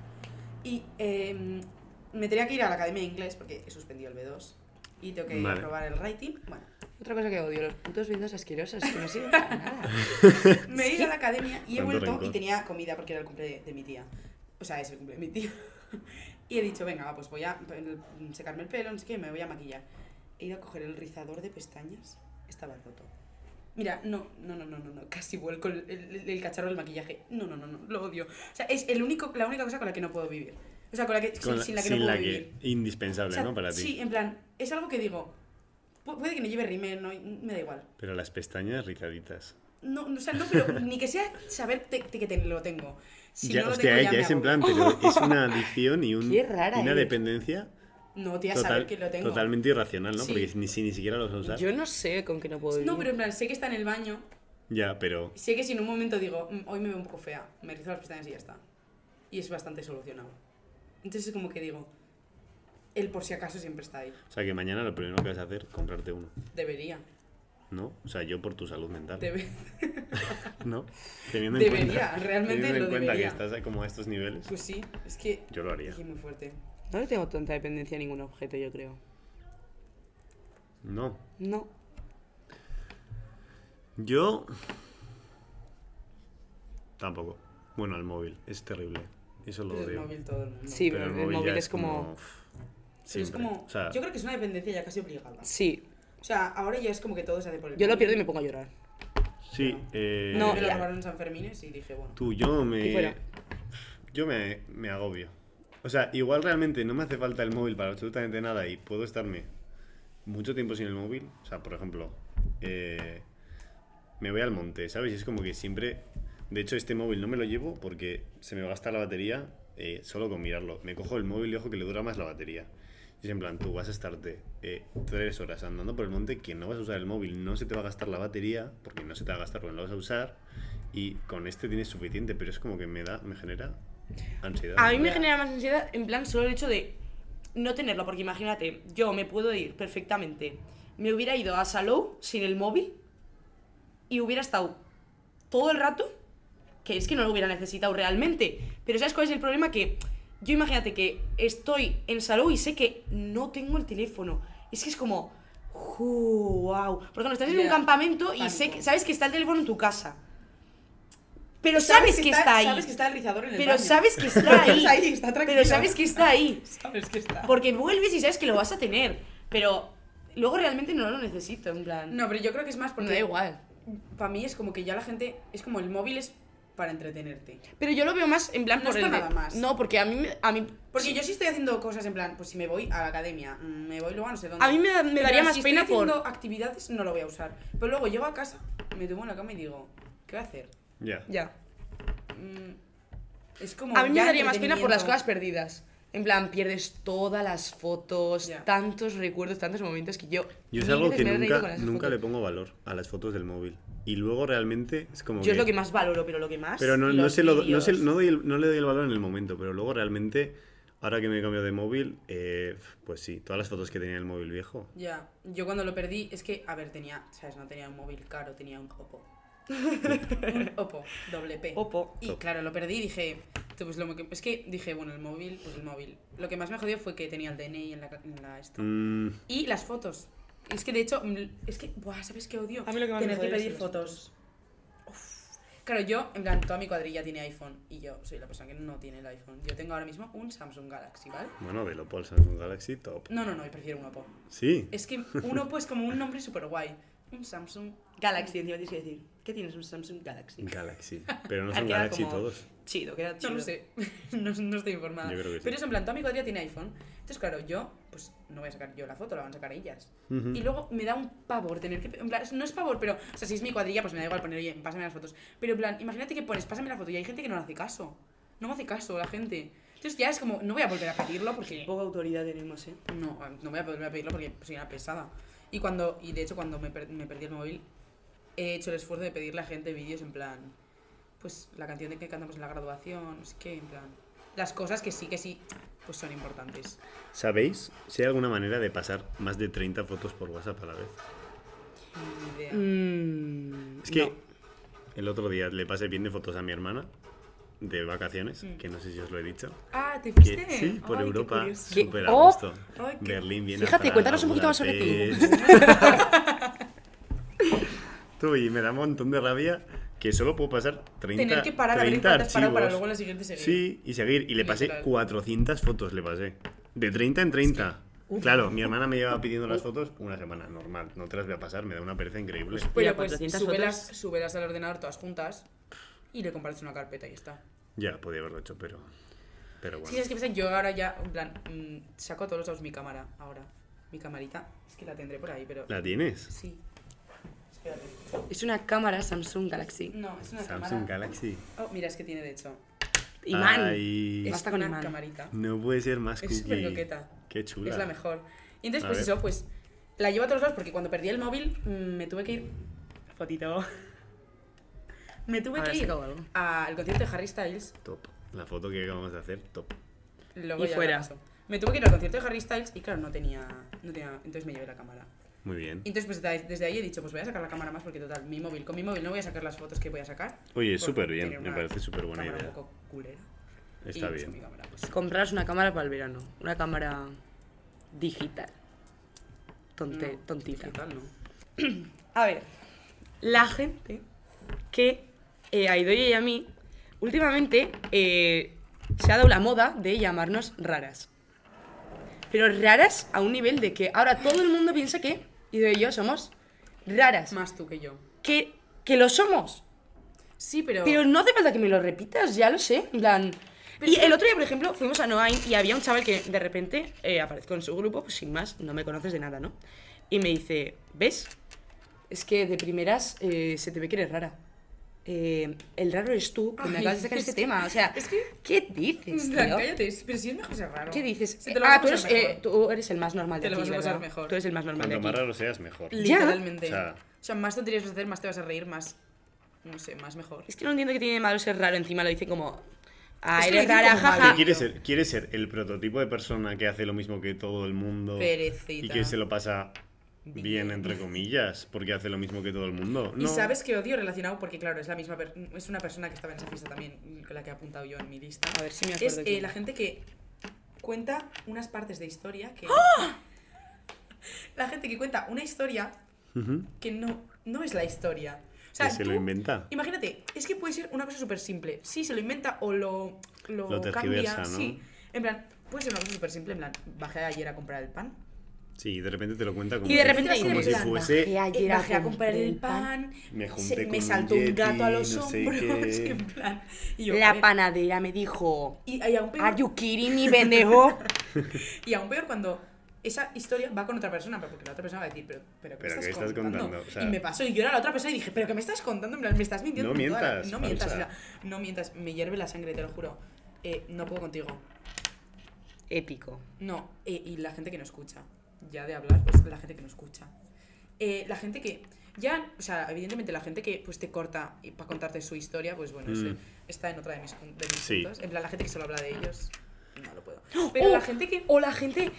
C: Y em, me tenía que ir a la academia de inglés porque he suspendido el B2 y tengo que
A: Vale.
C: probar el writing. Bueno,
B: Otra cosa que odio, los putos vídeos asquerosos que no sirven para nada.
C: Me he ido a la academia y he
A: Tanto
C: vuelto y
A: rencor.
C: tenía comida porque era el cumple de, de mi tía. O sea, es el cumple de mi tía. Y he dicho, venga, va, pues voy a mm, secarme el pelo, no sé qué, me voy a maquillar. He ido a coger el rizador de pestañas, estaba roto. Mira, no, no, no, no, no, no, casi vuelco el, el- el cacharro del maquillaje. No, no, no, no, lo odio. O sea, es el único, la única cosa con la que no puedo vivir. O sea, con la que, sin,
A: Con la-
C: sin la que no puedo vivir.
A: indispensable,
C: O sea,
A: ¿no? Para ti.
C: Sí, en plan, es algo que digo, pu- puede que no lleve rímel, no, mm, me da igual.
A: Pero las pestañas ricaditas.
C: No, no, o sea, no, pero ni que sea saber te- te- que te- lo tengo. Si
A: ya,
C: no lo
A: hostia, eh,
C: tengo, ya,
A: ya,
C: me
A: es en
C: agobio.
A: plan, pero es una adicción y, un,
B: Qué rara
A: y una
B: eres.
A: dependencia
C: No, tía,
A: total-
C: saber que lo tengo.
A: totalmente irracional, ¿no?
C: Sí.
A: Porque ni, si ni siquiera los vas a usar.
B: Yo no sé con qué no puedo vivir.
C: No, pero en plan, sé que está en el baño,
A: Ya, pero.
C: sé que si en un momento digo, "Mm, hoy me veo un poco fea, me rizo las pestañas y ya está. Y es bastante solucionado. Entonces es como que digo, el por si acaso siempre está ahí.
A: O sea, que mañana lo primero que vas a hacer comprarte uno.
C: Debería.
A: ¿No? O sea, yo por tu salud mental.
C: Debe-
A: ¿No? Teniendo en
C: Debería,
A: cuenta.
C: realmente
A: teniendo en
C: lo
A: cuenta
C: debería.
A: que estás como a estos niveles.
C: Pues sí, es que...
A: Yo lo haría.
C: Es que es muy fuerte.
B: No le tengo tanta dependencia a ningún objeto, yo creo.
A: No.
B: No.
A: Yo. Tampoco. Bueno, al móvil. Es terrible. Eso lo
C: Pues el
A: odio.
C: móvil todo el mundo.
B: Sí,
A: Pero
B: pero
A: el
B: el
A: móvil, ya
B: móvil
A: es
B: es como...
A: como. uf,
C: Pero es
A: siempre.
C: como-
A: O sea,
C: yo creo que es una dependencia ya casi obligada.
B: Sí,
C: O sea, ahora ya es como que todo se hace por el
B: yo lo
C: móvil.
B: pierdo y me pongo a llorar.
A: sí. eh,
B: No,
C: Me lo
B: ya.
C: robaron en San Fermines y dije, bueno.
A: Tú, yo
B: Y fuera.
A: me. Yo me, me agobio. O sea, igual realmente no me hace falta el móvil para absolutamente nada y puedo estarme mucho tiempo sin el móvil. O sea, por ejemplo, eh, me voy al monte, ¿sabes? Y es como que siempre. De hecho, este móvil no me lo llevo porque se me gasta la batería eh, solo con mirarlo. Me cojo el móvil y ojo que le dura más la batería. Y es en plan, tú vas a estarte eh, tres horas andando por el monte que no vas a usar el móvil, no se te va a gastar la batería, porque no se te va a gastar porque no lo vas a usar, y con este tienes suficiente, pero es como que me da, me genera ansiedad.
B: A mí me
A: Ya.
B: genera más ansiedad, en plan, solo el hecho de no tenerlo, porque imagínate, yo me puedo ir perfectamente. Me hubiera ido a Salou sin el móvil y hubiera estado todo el rato, que es que no lo hubiera necesitado realmente. Pero ¿sabes cuál es el problema? Que yo imagínate que estoy en Salou y sé que no tengo el teléfono. Es que es como, wow. Por ejemplo, estás en un
C: Ya,
B: campamento y sé
C: pánico.
B: que, sabes que está el teléfono en tu casa. Pero sabes,
C: Sabes
B: que está, ahí.
C: Sabes que está el rizador en el
B: Pero
C: baño.
B: sabes que está ahí.
C: Está ahí, está tranquila.
B: Pero sabes que está ahí.
C: Sabes que está.
B: Porque vuelves y sabes que lo vas a tener. Pero luego realmente no lo necesito, en plan.
C: No, pero yo creo que es más porque...
B: igual.
C: Para mí es como que ya la gente... Es como el móvil es para entretenerte.
B: Pero yo lo veo más en plan
C: No
B: por
C: está
B: el de-
C: nada más.
B: No, porque a mí me- a mí
C: Porque yo sí estoy haciendo cosas en plan, pues si me voy a la academia, mm, me voy luego a no sé dónde.
B: a mí me, da- me
C: En
B: daría
C: plan,
B: más
C: si
B: pena
C: estoy haciendo
B: por
C: actividades no lo voy a usar. Pero luego llego a casa, me tomo en la cama y digo, ¿qué voy a hacer?
A: Ya.
B: ya.
C: Mm, es como
B: A mí me
C: ya
B: daría más pena por las
C: entretenimiento.
B: cosas perdidas. En plan, pierdes todas las fotos,
C: Ya.
B: tantos recuerdos, tantos momentos que yo.
A: Yo es
B: mil
A: algo
B: veces
A: que
B: me he reído con
A: nunca,
B: esas
A: nunca le
B: fotos.
A: pongo valor a las fotos del móvil. Y luego realmente es como
B: Yo es lo que más valoro, pero lo que más.
A: Pero no, no
B: los
A: se lo, no, se-
B: vídeos.
A: no doy el- no le doy el valor en el momento, pero luego realmente, ahora que me he cambiado de móvil, eh, pues sí, todas las fotos que tenía en el móvil viejo.
C: Ya, yo cuando lo perdí es que, a ver, tenía, ¿sabes? No tenía un móvil caro, tenía un Oppo. un Oppo, doble P.
B: Oppo.
C: Y claro, lo perdí y dije, "Tú, pues lo que, es que dije, bueno, el móvil, pues el móvil. Lo que más me jodió fue que tenía el DNI en la, ca- en la esto.
A: Mm,
C: Y las fotos. Es que de hecho, mm, es que, buah, ¿sabes qué odio?
B: A mí lo que más me
C: Tener que
B: jodió es
C: pedir
B: las
C: fotos. Uf. Claro, yo, en plan, toda mi cuadrilla tiene iPhone y yo soy la persona que no tiene el iPhone. Yo tengo ahora mismo un Samsung Galaxy, ¿vale?
A: bueno, de lo Paul Samsung Galaxy, top.
C: No, no, no, yo prefiero un Oppo.
A: Sí.
C: Es que uno pues como un nombre súper guay. Un Samsung.
B: Galaxy, encima tienes que decir. ¿Qué tienes? Un Samsung Galaxy.
A: Galaxy. Pero no
B: Ah,
A: son
B: queda
A: Galaxy
B: como-
A: todos.
B: Chido, queda
C: No
B: chido.
C: lo sé, no, no estoy informada.
A: Yo creo que sí.
C: Pero es en plan, toda mi cuadrilla tiene iPhone. Entonces, claro, yo, pues no voy a sacar yo la foto, la van a sacar ellas.
A: Ujú.
C: Y luego me da un pavor tener que. En plan, no es pavor, pero. O sea, si es mi cuadrilla, pues me da igual poner, oye, pásame las fotos. Pero en plan, imagínate que pones, pásame la foto y hay gente que no le hace caso. No me hace caso la gente. Entonces ya es como, no voy a volver a pedirlo porque.
B: Poca autoridad tenemos, ¿eh?
C: No, no voy a poder pedirlo porque soy una pesada. Y cuando y de hecho cuando me, per- me perdí el móvil he hecho el esfuerzo de pedirle a gente vídeos en plan pues la canción de que cantamos en la graduación, es que en plan las cosas que sí que sí pues son importantes.
A: ¿Sabéis si hay alguna manera de pasar más de 30 fotos por WhatsApp a la vez?
C: Ni idea.
A: Es que el otro día le pasé bien de fotos a mi hermana de vacaciones,
C: Mm.
A: que no sé si os lo he dicho.
C: Ah, ¿te
A: Que,
C: fuiste?
A: sí, por
C: Ay, qué
A: Europa,
C: curioso.
B: Qué-
A: súper a
B: ¡Oh!
A: gusto.
C: Ay, qué-
A: Berlín, Viena,
B: Fíjate,
A: Praga,
B: cuéntanos un poquito más sobre ti.
A: Budapest. Tú, y me da un montón de rabia que solo puedo pasar 30,
C: Tener que parar a ver
A: 30
C: cuántas para
A: archivos.
C: para luego en la siguiente seguir.
A: Sí, y seguir. Y le pasé
C: Literal.
A: 400 fotos, le pasé. De 30 en 30.
C: Uf.
A: Claro, mi hermana me lleva pidiendo las fotos una semana, normal. No te las voy a pasar, me da una pereza increíble.
C: Pero
D: Mira,
C: pues
D: 400
C: súbelas,
D: fotos.
C: súbelas al ordenador todas juntas y le compartes una carpeta y ya está.
A: Ya, podía haberlo hecho, pero. Pero
C: Sí,
A: bueno.
C: es que pasa, yo ahora ya, en plan, mm, saco todos los datos mi cámara ahora. Mi camarita, es que la tendré por ahí, pero...
A: ¿La tienes?
C: Sí. Espérate.
B: Es una cámara Samsung Galaxy.
C: No, es una
A: Samsung
C: cámara.
A: Galaxy.
C: Oh, mira, es que tiene de hecho.
B: Imán.
A: Ay,
B: Basta con
C: una
B: imán.
C: camarita.
A: no puede ser más
C: Es
A: cookie.
C: súper coqueta.
A: Qué chula.
C: Es la mejor. Y entonces,
A: A
C: pues
A: ver.
C: eso, pues la llevo a todos lados porque cuando perdí el móvil mm, me tuve que ir. Fotito. Me tuve
D: Ahora
C: que
D: se
C: ir
D: acabó algo.
C: al concierto de Harry Styles.
A: Top. La foto que acabamos de hacer, top.
C: Luego
D: Y
C: ya la
D: fuera.
C: paso. Me tuve que ir al concierto de Harry Styles y claro, no tenía, no tenía. Entonces me llevé la cámara.
A: Muy bien.
C: Y entonces, pues da- desde ahí he dicho, pues voy a sacar la cámara más porque total, mi móvil, con mi móvil no voy a sacar las fotos que voy a sacar.
A: Oye,
C: por
A: súper bien,
C: tener
A: me
C: una
A: parece súper buena
C: cámara
A: idea.
C: Un poco culera.
A: Está
C: Y, pues, mi
A: bien.
C: cámara, pues,
B: Compraros una cámara para el verano. Una cámara digital. Tonte-
C: no,
B: tontita.
C: digital, no.
B: A ver, la gente que eh, a Idoia y a mí, últimamente eh, se ha dado la moda de llamarnos raras. Pero raras a un nivel de que ahora todo el mundo piensa que Idoia y yo somos raras.
C: Más tú que yo.
B: Que, que lo somos.
C: Sí,
B: Pero no hace falta que me lo repitas, ya lo sé. en plan-
C: Pero
B: Y
C: es que-
B: el otro día, por ejemplo, fuimos a Noain y había un chaval que de repente eh, aparezco en su grupo, pues sin más, no me conoces de nada, ¿no? Y me dice, ¿ves? Es que de primeras eh, se te ve que eres rara. Eh, el raro eres tú, que me
C: Ay,
B: acabas de sacar
C: es
B: este
C: que-
B: tema. O sea,
C: es que-
B: ¿qué dices,
C: En plan,
B: tío?
C: cállate, pero si es mejor ser raro.
B: ¿Qué dices?
C: Si te lo vas
B: ah,
C: a
B: tú eres,
C: pasar mejor.
B: eh, tú eres el más normal de
C: Te lo
B: aquí,
C: vas a pasar
B: ¿verdad?
C: mejor.
B: Tú eres el más normal de
A: Cuanto más
B: aquí.
A: raro seas, mejor.
B: Li-
C: Literalmente.
A: O sea-
C: O sea, más tonterías vas a hacer, más te vas a reír, más. No sé, más mejor.
B: Es que no entiendo que tiene de malo ser raro. Encima lo dicen como... Ah,
C: Es que lo
B: eres
C: dicen
B: rara,
C: como mal.
B: jaja.
C: ¿Qué
A: ¿Quieres ser, quiere ser el prototipo de persona que hace lo mismo que todo el mundo
C: Perecita.
A: y que se lo pasa bien, entre comillas, porque hace lo mismo que todo el mundo? No.
C: Y sabes que odio relacionado porque, claro, es la misma. per- Es una persona que estaba en esa fiesta también, la que he apuntado yo en mi lista.
B: A ver si me
C: Es
B: acuerdo
C: eh,
B: quién.
C: la gente que cuenta unas partes de historia que.
A: ¡Ah!
C: La gente que cuenta una historia
A: Ujú.
C: que no, no es la historia. O sea,
A: Que se
C: tú-
A: lo inventa.
C: Imagínate, es que puede ser una cosa súper simple. Sí, se lo inventa o lo, lo,
A: Lo tergiversa,
C: cambia.
A: ¿no?
C: Sí. En plan, puede ser una cosa súper simple. En plan, bajé ayer a comprar el pan.
A: Sí, y de repente te lo cuenta como,
B: Y de
A: si-
B: repente
C: así de
A: como si
C: plan,
A: fuese.
C: Eh, bajé a comprar el pan.
A: Me junté
C: se-
A: con un
C: saltó un
A: yeti,
C: gato a los
A: no sé
C: hombros.
A: qué.
C: En plan, y yo, a
B: La
C: ver,
B: panadera me dijo,
C: Y, y aún peor,
B: ¿Are you kidding me, pendejo?
C: y aún peor cuando esa historia va con otra persona, pero porque la otra persona va a decir, pero, pero ¿qué
A: Pero
C: estás,
A: ¿qué estás
C: contando?
A: contando? O sea-
C: y me pasó, y yo era la otra persona y dije, pero ¿qué me estás contando? En plan, me estás mintiendo.
A: No
C: con toda la-
A: mientas,
C: no mientas,
A: falsa.
C: o sea, no mientas, me hierve la sangre, te lo juro. Eh, no puedo contigo.
B: Épico.
C: No, eh, y la gente que no escucha. Ya de hablar, pues la gente que no escucha. Eh, la gente que. Ya, o sea, evidentemente la gente que pues te corta para contarte su historia, pues bueno, eso
A: Mm.
C: está en otra de mis, pun- de mis
A: Sí.
C: puntos. En plan, la gente que solo habla de ellos, no lo puedo. Pero
B: Oh,
C: la gente que.
B: O la gente...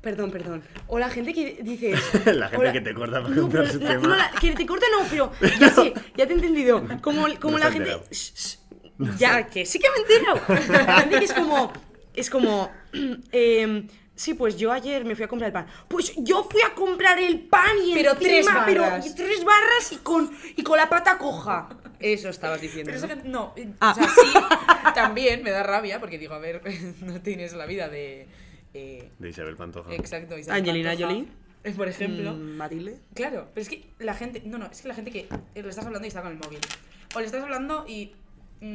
B: Perdón, perdón. O la gente que dice...
A: La gente que te corta para
B: no,
A: contar
B: pero
A: su
B: la-
A: tema.
B: no, la- que te corta no, pero ya sé, ya te he entendido. Como,
A: No se
B: como la
A: ha
B: gente...
A: enterado.
B: Shh, shh. ya, que sí que me he enterado. La gente que es como... Es como... em, sí, pues yo ayer me fui a comprar el pan. Pues yo fui a comprar el pan y
C: Pero tres
B: encima- pero
C: barras.
B: tres barras y con, y con la pata coja. Eso estabas diciendo,
C: Pero
B: ¿no?
C: esa gente- no, eh,
B: Ah.
C: o sea, sí, también me da rabia porque digo, a ver, no tienes la vida de. eh,
A: De Isabel Pantoja.
C: exacto, Isabel
B: Angelina
C: Pantoja,
B: Jolie.
C: eh, Por ejemplo.
B: Mm, Matilde.
C: Claro, pero es que la gente. No, no, es que la gente que eh, le estás hablando y está con el móvil. O le estás hablando y.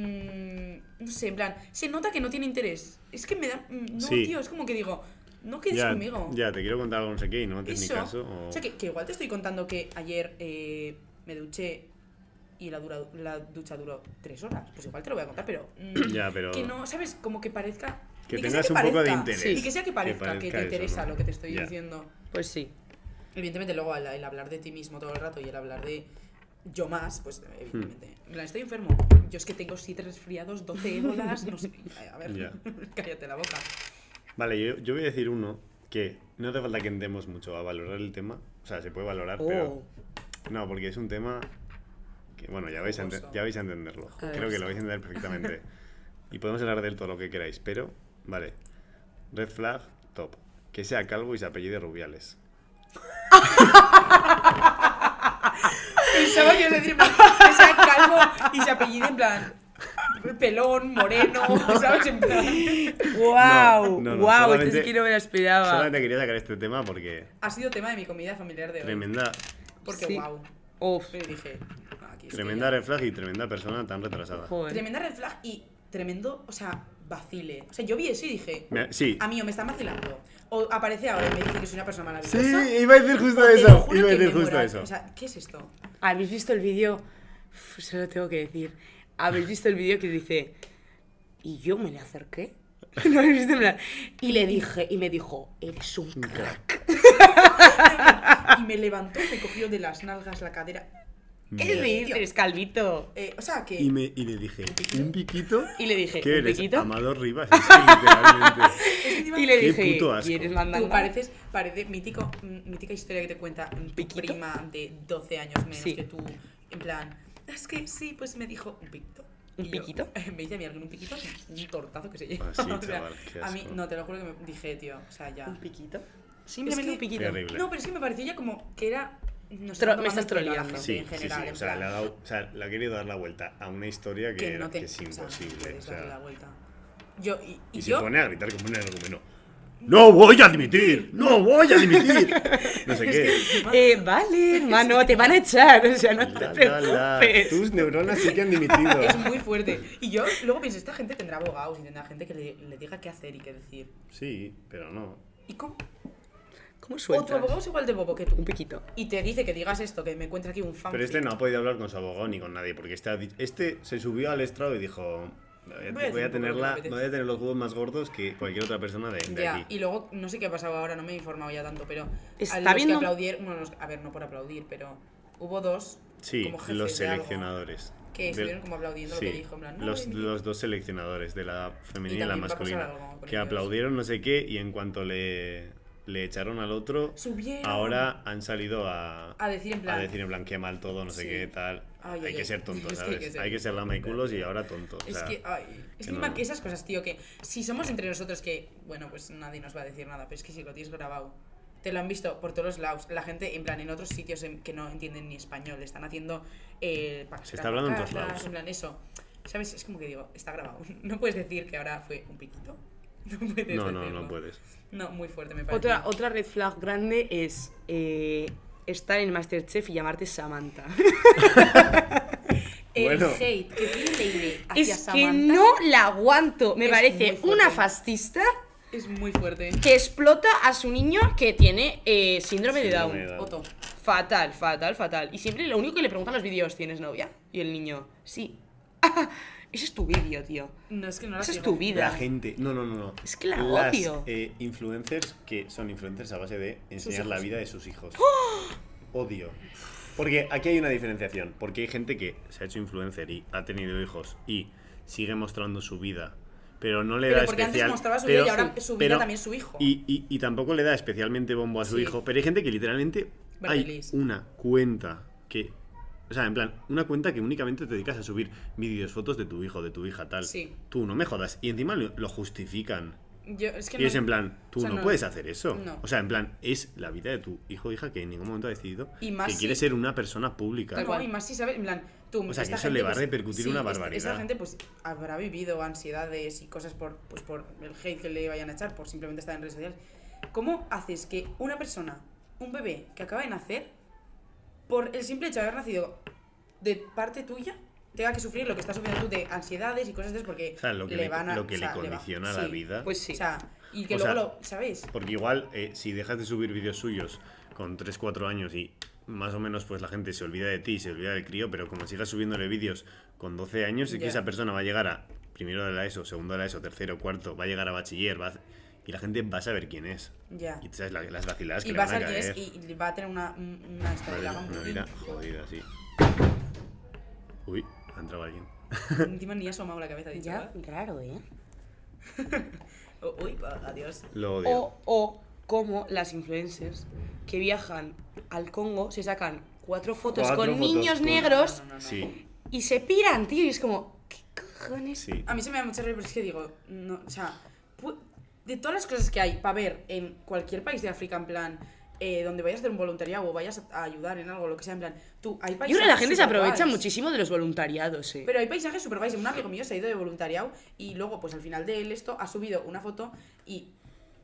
C: mm, no sé, en plan. Se nota que no tiene interés. Es que me da. mm, No,
A: Sí.
C: tío, es como que digo. No quedes
A: ya,
C: conmigo.
A: ya, te quiero contar algo, no sé qué, y no haces ni
C: Eso.
A: caso. O...
C: sea, que, que igual te estoy contando que ayer eh, me duché y la, dura- la ducha duró tres horas. Pues igual te lo voy a contar, pero. mm,
A: Ya, pero-
C: Que no, ¿sabes? Como que parezca.
A: Que
C: ni
A: tengas
C: sea
A: un poco de
C: parezca,
A: interés.
C: Y que sea que parezca que,
A: parezca
C: te
A: eso,
C: interesa
A: ¿no?
C: lo que te estoy
A: Ya.
C: diciendo.
B: Pues sí.
C: Evidentemente, luego el, el hablar de ti mismo todo el rato y el hablar de yo más, pues evidentemente.
A: Hmm.
C: En plan, estoy enfermo. Yo es que tengo siete resfriados, 12 ébolas, no sé. A ver,
A: Ya.
C: cállate la boca.
A: Vale, yo, yo voy a decir uno que no hace falta que entremos mucho a valorar el tema. O sea, se puede valorar, Ah, pero.
B: Oh.
A: No, porque es un tema que, bueno, ya vais, a ente-
C: Jugoso.
A: ya vais a entenderlo.
B: ver.
A: Creo que lo vais a entender perfectamente. y podemos hablar de él todo lo que queráis, pero, vale. Red flag, top. Que sea calvo y se apellide Rubiales.
C: Pensaba que iba a decir, en plan, que sea calvo y se apellide en plan pelón, moreno, ¿sabes? En plan.
B: ¡Wow!
A: no, no,
B: ¡Wow! Este
A: solamente-
B: sí que no me lo
C: Ah,
B: esperaba.
A: Solamente quería sacar este tema porque
C: Ha sido tema de mi comida familiar de hoy.
A: tremenda,
C: Porque
B: Sí.
C: wow.
B: Uf,
C: Pero dije, "Ah, aquí es que
A: tremenda
C: ya".
A: red flag y tremenda persona tan retrasada.
B: joder.
C: Tremenda red flag y tremendo, o sea, vacile. O sea, yo vi eso y dije,
A: Me- sí.
C: a mí o me están vacilando. O aparece ahora y me dice que soy una persona
A: Sí,
C: maravillosa.
A: iba a decir justo
C: o te lo
A: eso.
C: juro
A: Iba a
C: que
A: decir
C: me
A: justo
C: muero.
A: eso.
C: O sea, ¿qué es esto?
B: Ah, ¿Habéis visto el vídeo? Uf, Se lo tengo que decir. ¿Habéis visto el vídeo que dice... Y yo me le acerqué. ¿No habéis visto? En plan, Y le dije, y me dijo, eres un
A: Mm,
B: crack.
C: Y me levantó, me cogió de las nalgas la cadera.
B: ¿Qué dices, calvito?
C: Eh, o sea, que.
A: Y, me, y le dije, ¿un piquito?
B: Y le dije,
A: ¿Qué
B: ¿un
A: eres?
B: piquito?
A: Amador Rivas, es que literalmente.
B: Y le
A: Qué
B: dije,
A: puto asco.
B: ¿y eres
C: Tú
B: mandanga?
C: pareces, parece mítico, mm, mítica historia que te cuenta mm, tu
B: Piquito.
C: prima de 12 años menos
B: Sí.
C: que tú. En plan, es que sí, pues me dijo un piquito.
B: ¿Un
C: Y yo,
B: piquito?
C: Me dice a mí alguien un piquito, un tortazo que se lleva.
A: Ah, sí,
C: O sea,
A: chaval, qué
C: a mí,
A: asco.
C: no, te lo juro que me dije, tío, o sea, ya.
B: ¿Un piquito? Simplemente
C: que-
B: Ah. un piquito.
A: Qué horrible.
C: No, pero es que me pareció ya como que era. No
B: Tro-
C: tomando
B: me estás
C: el pelo a la
B: troleando.
C: gente
A: Sí,
C: en
A: sí,
C: general,
A: sí.
C: en
A: O sea,
C: plan,
A: le ha, dado- o sea, le ha querido dar la vuelta a una historia que,
C: que
A: era-
C: no te.
A: que es
C: o sea,
A: imposible. O
C: puedes darle la
A: sea,
C: vuelta. Yo, y, y
A: y se
C: yo.
A: pone a gritar como un energúmeno. ¡No voy a dimitir! ¡No voy a dimitir! No sé qué.
B: Eh, vale, hermano, te van a echar, o sea, no te
A: La, la, la.
B: preocupes.
A: Tus neuronas sí que han dimitido.
C: Es muy fuerte. Y yo luego pienso, esta gente tendrá abogados y tendrá gente que le, le diga qué hacer y qué decir.
A: Sí, pero no.
C: ¿Y cómo?
B: ¿Cómo
C: Otro
B: sueltas?
C: abogado es igual de bobo que
B: Un
C: tú.
B: piquito.
C: Y te dice que digas esto, que me encuentra aquí un fan.
A: Pero este no ha podido hablar con su abogado ni con nadie, porque este, ha di- este se subió al estrado y dijo: Voy a,
C: Voy a
A: voy a
C: hacer un poco lo que me
A: tenerla,
C: apetece".
A: voy a tener los huevos más gordos que cualquier otra persona de, de
C: Ya,
A: aquí.
C: y luego, no sé qué ha pasado ahora, no me he informado ya tanto, pero.
B: Está
C: a los
B: viendo-
C: que aplaudieron. Bueno, los- a ver, no por aplaudir, pero hubo dos.
A: Sí,
C: como jefes
A: los
C: de algo
A: seleccionadores.
C: que
A: Del-
C: estuvieron como aplaudiendo lo que dijo. En plan, no,
A: los,
C: no, no".
A: los dos seleccionadores, de la femenina y, la
C: también va a pasar
A: masculina,
C: algo con
A: que
C: ellos.
A: aplaudieron no sé qué y en cuanto le, le echaron al otro,
C: Subieron.
A: ahora han salido a,
C: A decir en plan.
A: a decir en plan que mal todo, no sé
C: Sí.
A: qué tal.
C: Ay,
A: hay
C: ay,
A: que
C: ay.
A: ser tonto,
C: Es que hay
A: ¿sabes?
C: que ser
A: hay que ser
C: tonto.
A: lamaculos y ahora tonto. o
C: Es
A: sea,
C: que, ay, es
A: que
C: que, encima
A: no.
C: que esas cosas, tío, que si somos entre nosotros que, bueno, pues nadie nos va a decir nada, pero es que si lo tienes grabado, te lo han visto por todos los lados, la gente, en plan, en otros sitios en- que no entienden ni español, están haciendo... Eh, pa-
A: Se está hablando en todos
C: pancartas,
A: lados.
C: En plan, eso, ¿sabes? Es como que digo, está grabado, no puedes decir que ahora fue un piquito, no puedes
A: no, no,
C: decirlo.
A: no puedes.
C: No, muy fuerte me parece.
B: Otra, otra red flag grande es eh, estar en Masterchef y llamarte Samantha.
C: El
A: Bueno.
C: hate que tiene Leire hacia
B: Es que
C: Samantha
B: no la aguanto. Me
C: Es muy
B: parece
C: fuerte.
B: una fascista
C: es muy fuerte.
B: que explota a su niño que tiene eh, síndrome de
A: Síndrome de
B: Down.
A: Down.
C: Otto.
B: Fatal, fatal, fatal. Y siempre lo único que le preguntan en los vídeos, ¿tienes novia? Y el niño, sí. ese es tu vídeo, tío.
C: No, es que no la
B: Esa es
C: sigo.
B: tu vida.
A: La gente, no, no, no, no.
B: Es que la
A: Las,
B: odio.
A: eh, influencers que son influencers a base de enseñar la
C: hijos. ¡Oh!
A: vida de sus hijos. Odio. Porque aquí hay una diferenciación. Porque hay gente que se ha hecho influencer y ha tenido hijos y sigue mostrando su vida, pero no le
C: Pero
A: da
C: porque antes
A: especial.
C: mostraba su
A: pero-
C: vida y ahora su vida
A: pero-
C: también su hijo.
A: Y, y- y tampoco le da especialmente bombo a su
C: Sí.
A: hijo. Pero hay gente que literalmente hay
C: Berbelis.
A: una cuenta que. O sea, en plan, una cuenta que únicamente te dedicas a subir vídeos, fotos de tu hijo, de tu hija, tal.
C: Sí.
A: Tú no me jodas. Y encima lo, lo justifican.
C: Yo, es que
A: y
C: no-
A: es en plan, tú
C: o sea,
A: no,
C: no-
A: puedes hacer eso.
C: no.
A: O sea, en plan, es la vida de tu hijo o hija que en ningún momento ha decidido
C: Y más
A: que
C: si-
A: quiere ser una persona pública.
C: No, y más si sabes, en plan, tú.
A: O sea, que
C: esta
A: eso le va a
C: pues,
A: repercutir una
C: esta-
A: barbaridad.
C: Esta gente, pues, habrá vivido ansiedades y cosas por, pues, por el hate que le vayan a echar, por simplemente estar en redes sociales. ¿Cómo haces que una persona, un bebé que acaba de nacer, por el simple hecho de haber nacido de parte tuya, tenga que sufrir lo que está sufriendo tú de ansiedades y cosas de esas porque
A: O sea, lo que le,
C: van a.
A: lo que
C: o
A: le
C: sea, va-
A: condiciona la
C: sí.
A: vida.
B: Pues sí.
C: O sea, y que
A: O
C: luego
A: sea,
C: lo. ¿Sabes?
A: Porque igual, eh, si dejas de subir vídeos suyos con 3, 4 años y más o menos pues la gente se olvida de ti, se olvida del crío, pero como sigas subiéndole vídeos con 12 años, es que
C: Ya.
A: esa persona va a llegar a primero de la ESO, segundo de la ESO, tercero, cuarto, va a llegar a bachiller, va a- y la gente va a saber quién es.
C: Ya.
A: Y tú sabes la- las vaciladas que
C: Y
A: le
C: va a
A: van a
C: ser que es.
A: caer.
C: Y y va a tener una. Una estabilidad
A: Madre,
C: un
A: una
C: poquito.
A: vida jodida, sí. Uy, ha entrado alguien.
C: Encima ni ha asomado la cabeza. ha dicho,
B: Ya,
C: "Ah".
B: claro, ¿eh?
C: O- Uy, pa- adiós.
A: Lo odio.
B: O, o como las influencers que viajan al Congo se sacan cuatro fotos
A: Cuatro
B: con
A: fotos
B: niños
A: con-
B: negros
C: No, no, no.
A: Sí,
B: y se piran, tío. Y es como, ¿qué cojones?
A: sí.
C: A mí se me da mucha rabia, pero es que digo, no, o sea, pu- de todas las cosas que hay para ver en cualquier país de África, en plan, eh, donde vayas a hacer un voluntariado o vayas a a ayudar en algo, lo que sea, en plan, tú, hay
B: Yo creo que la gente se
C: superguays.
B: aprovecha muchísimo de los voluntariados, eh.
C: Pero hay paisajes súper guays. Un amigo mío se ha ido de voluntariado y luego, pues al final de él esto, ha subido una foto y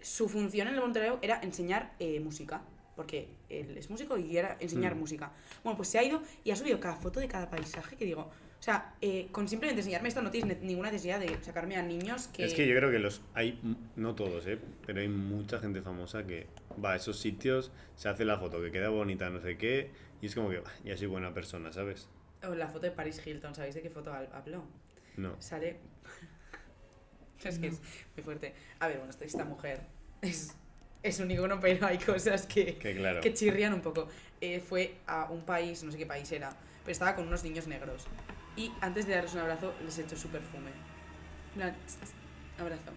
C: su función en el voluntariado era enseñar eh, música. Porque él es músico y era enseñar
A: Mm.
C: música. Bueno, pues se ha ido y ha subido cada foto de cada paisaje que digo. O sea, eh, con simplemente enseñarme esto no tienes ne- ninguna necesidad de sacarme a niños que...
A: Es que yo creo que los hay, no todos, ¿eh? pero hay mucha gente famosa que va a esos sitios, se hace la foto que queda bonita, no sé qué, y es como que "Bah, ya soy buena persona, ¿sabes?
C: O la foto de Paris Hilton, ¿sabéis de qué foto hab- habló?
A: No.
C: Sale... es que es muy fuerte. A ver, bueno, esta- esta mujer es, es un icono, pero hay cosas que...
A: Que claro.
C: que chirrían un poco. Eh, fue a un país, no sé qué país era, pero estaba con unos niños negros. Y antes de darles un abrazo, les echó su perfume. En plan, tss, tss, abrazo.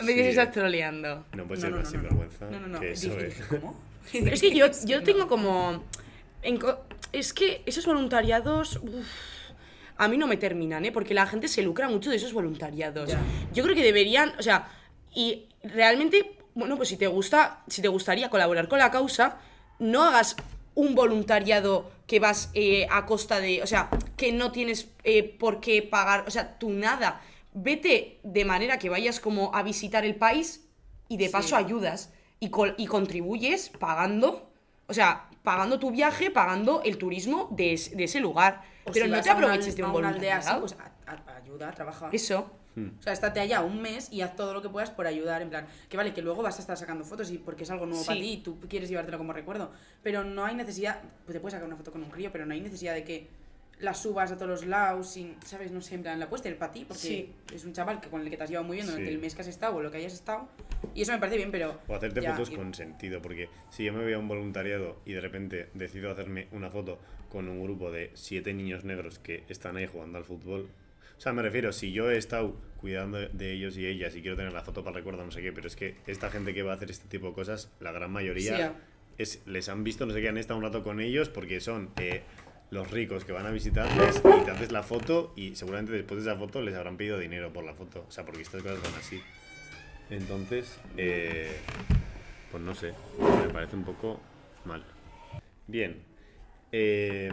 B: Me dices,
A: Sí.
B: estás troleando.
A: No puede
C: No,
A: ser más
C: no, no, no, no.
A: sinvergüenza
C: No, no, no.
A: que eso,
C: Dije,
A: ¿eh?
C: dije, ¿Cómo?
B: Es que yo, yo
C: no.
B: tengo como... en co- es que esos voluntariados... uf, a mí no me terminan, ¿eh? Porque la gente se lucra mucho de esos voluntariados.
C: Ya.
B: Yo creo que deberían, o sea, y realmente, bueno, pues si te gusta, si te gustaría colaborar con la causa, no hagas un voluntariado que vas eh, a costa de, o sea, que no tienes eh, por qué pagar, o sea, tú nada. Vete de manera que vayas como a visitar el país y de
C: Sí.
B: paso ayudas y, col- y contribuyes pagando, o sea, pagando tu viaje, pagando el turismo de, es- de ese lugar.
C: O
B: Pero
C: si
B: no
C: vas
B: te
C: a una-
B: aproveches de
C: a
B: un
C: una aldea
B: voluntariado.
C: así, pues a- a- ayuda, trabaja.
B: Eso.
C: O sea, estate allá un mes y haz todo lo que puedas por ayudar, en plan, que vale, que luego vas a estar sacando fotos y porque es algo nuevo
B: Sí.
C: para ti y tú quieres llevártelo como recuerdo, pero no hay necesidad, pues te puedes sacar una foto con un crío, pero no hay necesidad de que la subas a todos los lados sin, sabes, no sé, en plan, la puedes tener para ti porque
B: Sí.
C: es un chaval que con el que te has llevado muy bien durante
A: Sí.
C: el mes que has estado o lo que hayas estado y eso me parece bien, pero...
A: O hacerte
C: ya,
A: fotos
C: y-
A: con sentido, porque si yo me voy a un voluntariado y de repente decido hacerme una foto con un grupo de siete niños negros que están ahí jugando al fútbol. O sea, me refiero, si yo he estado cuidando de ellos y ellas y quiero tener la foto para recuerdo, no sé qué, pero es que esta gente que va a hacer este tipo de cosas, la gran mayoría,
C: Sí, ya.
A: es, les han visto, no sé qué, han estado un rato con ellos porque son eh, los ricos que van a visitarles y te haces la foto y seguramente después de esa foto les habrán pedido dinero por la foto. O sea, porque estas cosas van así. Entonces, eh, pues no sé, me parece un poco mal. Bien, eh,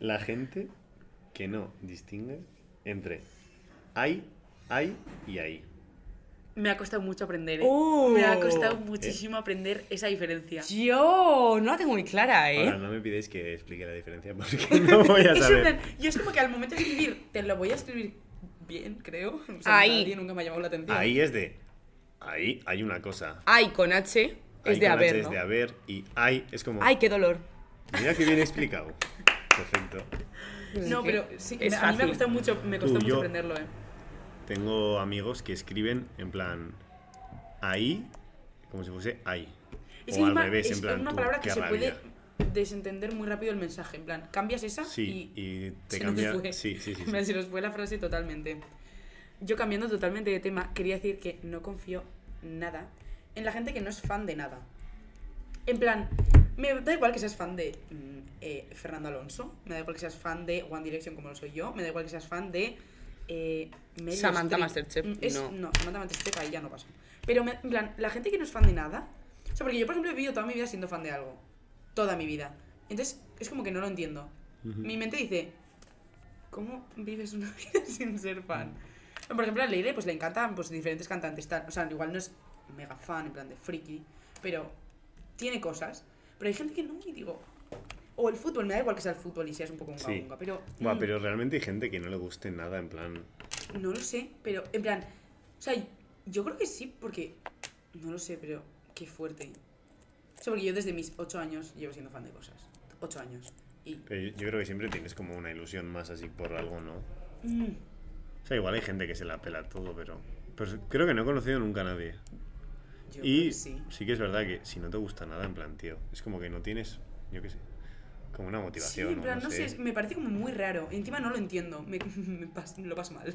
A: la gente que no distingue entre hay, hay y hay.
D: Me ha costado mucho aprender, ¿eh?
B: ¡Oh!
D: Me ha costado muchísimo aprender esa diferencia.
B: Yo no la tengo muy clara, ¿eh?
A: Ahora no me pidáis que explique la diferencia porque no voy a
C: Eso, en
A: saber.
C: plan, yo es como que al momento de escribir, te lo voy a escribir bien, creo. O sea,
B: Ahí.
C: nadie nunca me ha llamado la atención.
A: Ahí es de, ahí hay una cosa.
B: Ay con H
A: Hay
B: es
A: con H
B: de haber,
A: Es
B: ¿no?
A: de haber y hay es como,
B: Ay, qué dolor.
A: mira que bien explicado. Perfecto.
C: No, pero sí,
B: Pues Es
C: me- a mí me ha
B: fácil.
C: costado mucho, me costó
A: Tú,
C: mucho
A: yo-
C: aprenderlo, eh.
A: Tengo amigos que escriben en plan ahí, como si fuese ahí.
C: Es, que
A: o al
C: encima
A: revés,
C: es
A: en plan.
C: una
A: tú,
C: palabra
A: qué
C: que se
A: rabia.
C: puede desentender muy rápido el mensaje. En plan, cambias esa
A: Sí,
C: y,
A: y, te
C: se
A: cambia.
C: nos fue.
A: Sí, sí, sí.
C: En plan,
A: sí.
C: se nos fue la frase totalmente. Yo cambiando totalmente de tema, quería decir que no confío nada en la gente que no es fan de nada. En plan, me da igual que seas fan de mm, eh, Fernando Alonso, me da igual que seas fan de One Direction como lo soy yo, me da igual que seas fan de... eh, Meryl
B: Samantha
C: Streep.
B: Masterchef,
C: Mm, es-
B: no.
C: no, Samantha Masterchef ahí ya no pasa. Pero, me- en plan, la gente que no es fan de nada... O sea, porque yo, por ejemplo, he vivido toda mi vida siendo fan de algo. Toda mi vida. Entonces, es como que no lo entiendo. Mi mente dice, ¿cómo vives una vida sin ser fan? Por ejemplo, a Leire pues, le encantan pues, diferentes cantantes. Tal. O sea, igual no es mega fan, en plan de friki, pero tiene cosas. Pero hay gente que no, y digo... O el fútbol, me da igual que sea el fútbol y seas un poco un
A: Sí.
C: pero...
A: Buah,
C: mm,
A: pero realmente hay gente que no le guste nada, en plan.
C: no lo sé, pero en plan, o sea, yo creo que sí, porque no lo sé, pero qué fuerte. O sea, porque yo desde mis 8 años llevo siendo fan de cosas. 8 años. Y
A: Pero yo, yo creo que siempre tienes como una ilusión más así por algo, ¿no? O
C: mm,
A: sea, igual hay gente que se la pela todo, pero. Pero creo que no he conocido nunca a nadie.
C: yo creo
A: Y
C: que sí.
A: sí que es verdad que si no te gusta nada, en plan, tío, es como que no tienes, yo qué sé, como una
C: Sí,
A: motivación.
C: en
A: o
C: plan,
A: no, sé.
C: me parece como muy raro. Encima no lo entiendo, me, me pas- lo paso mal.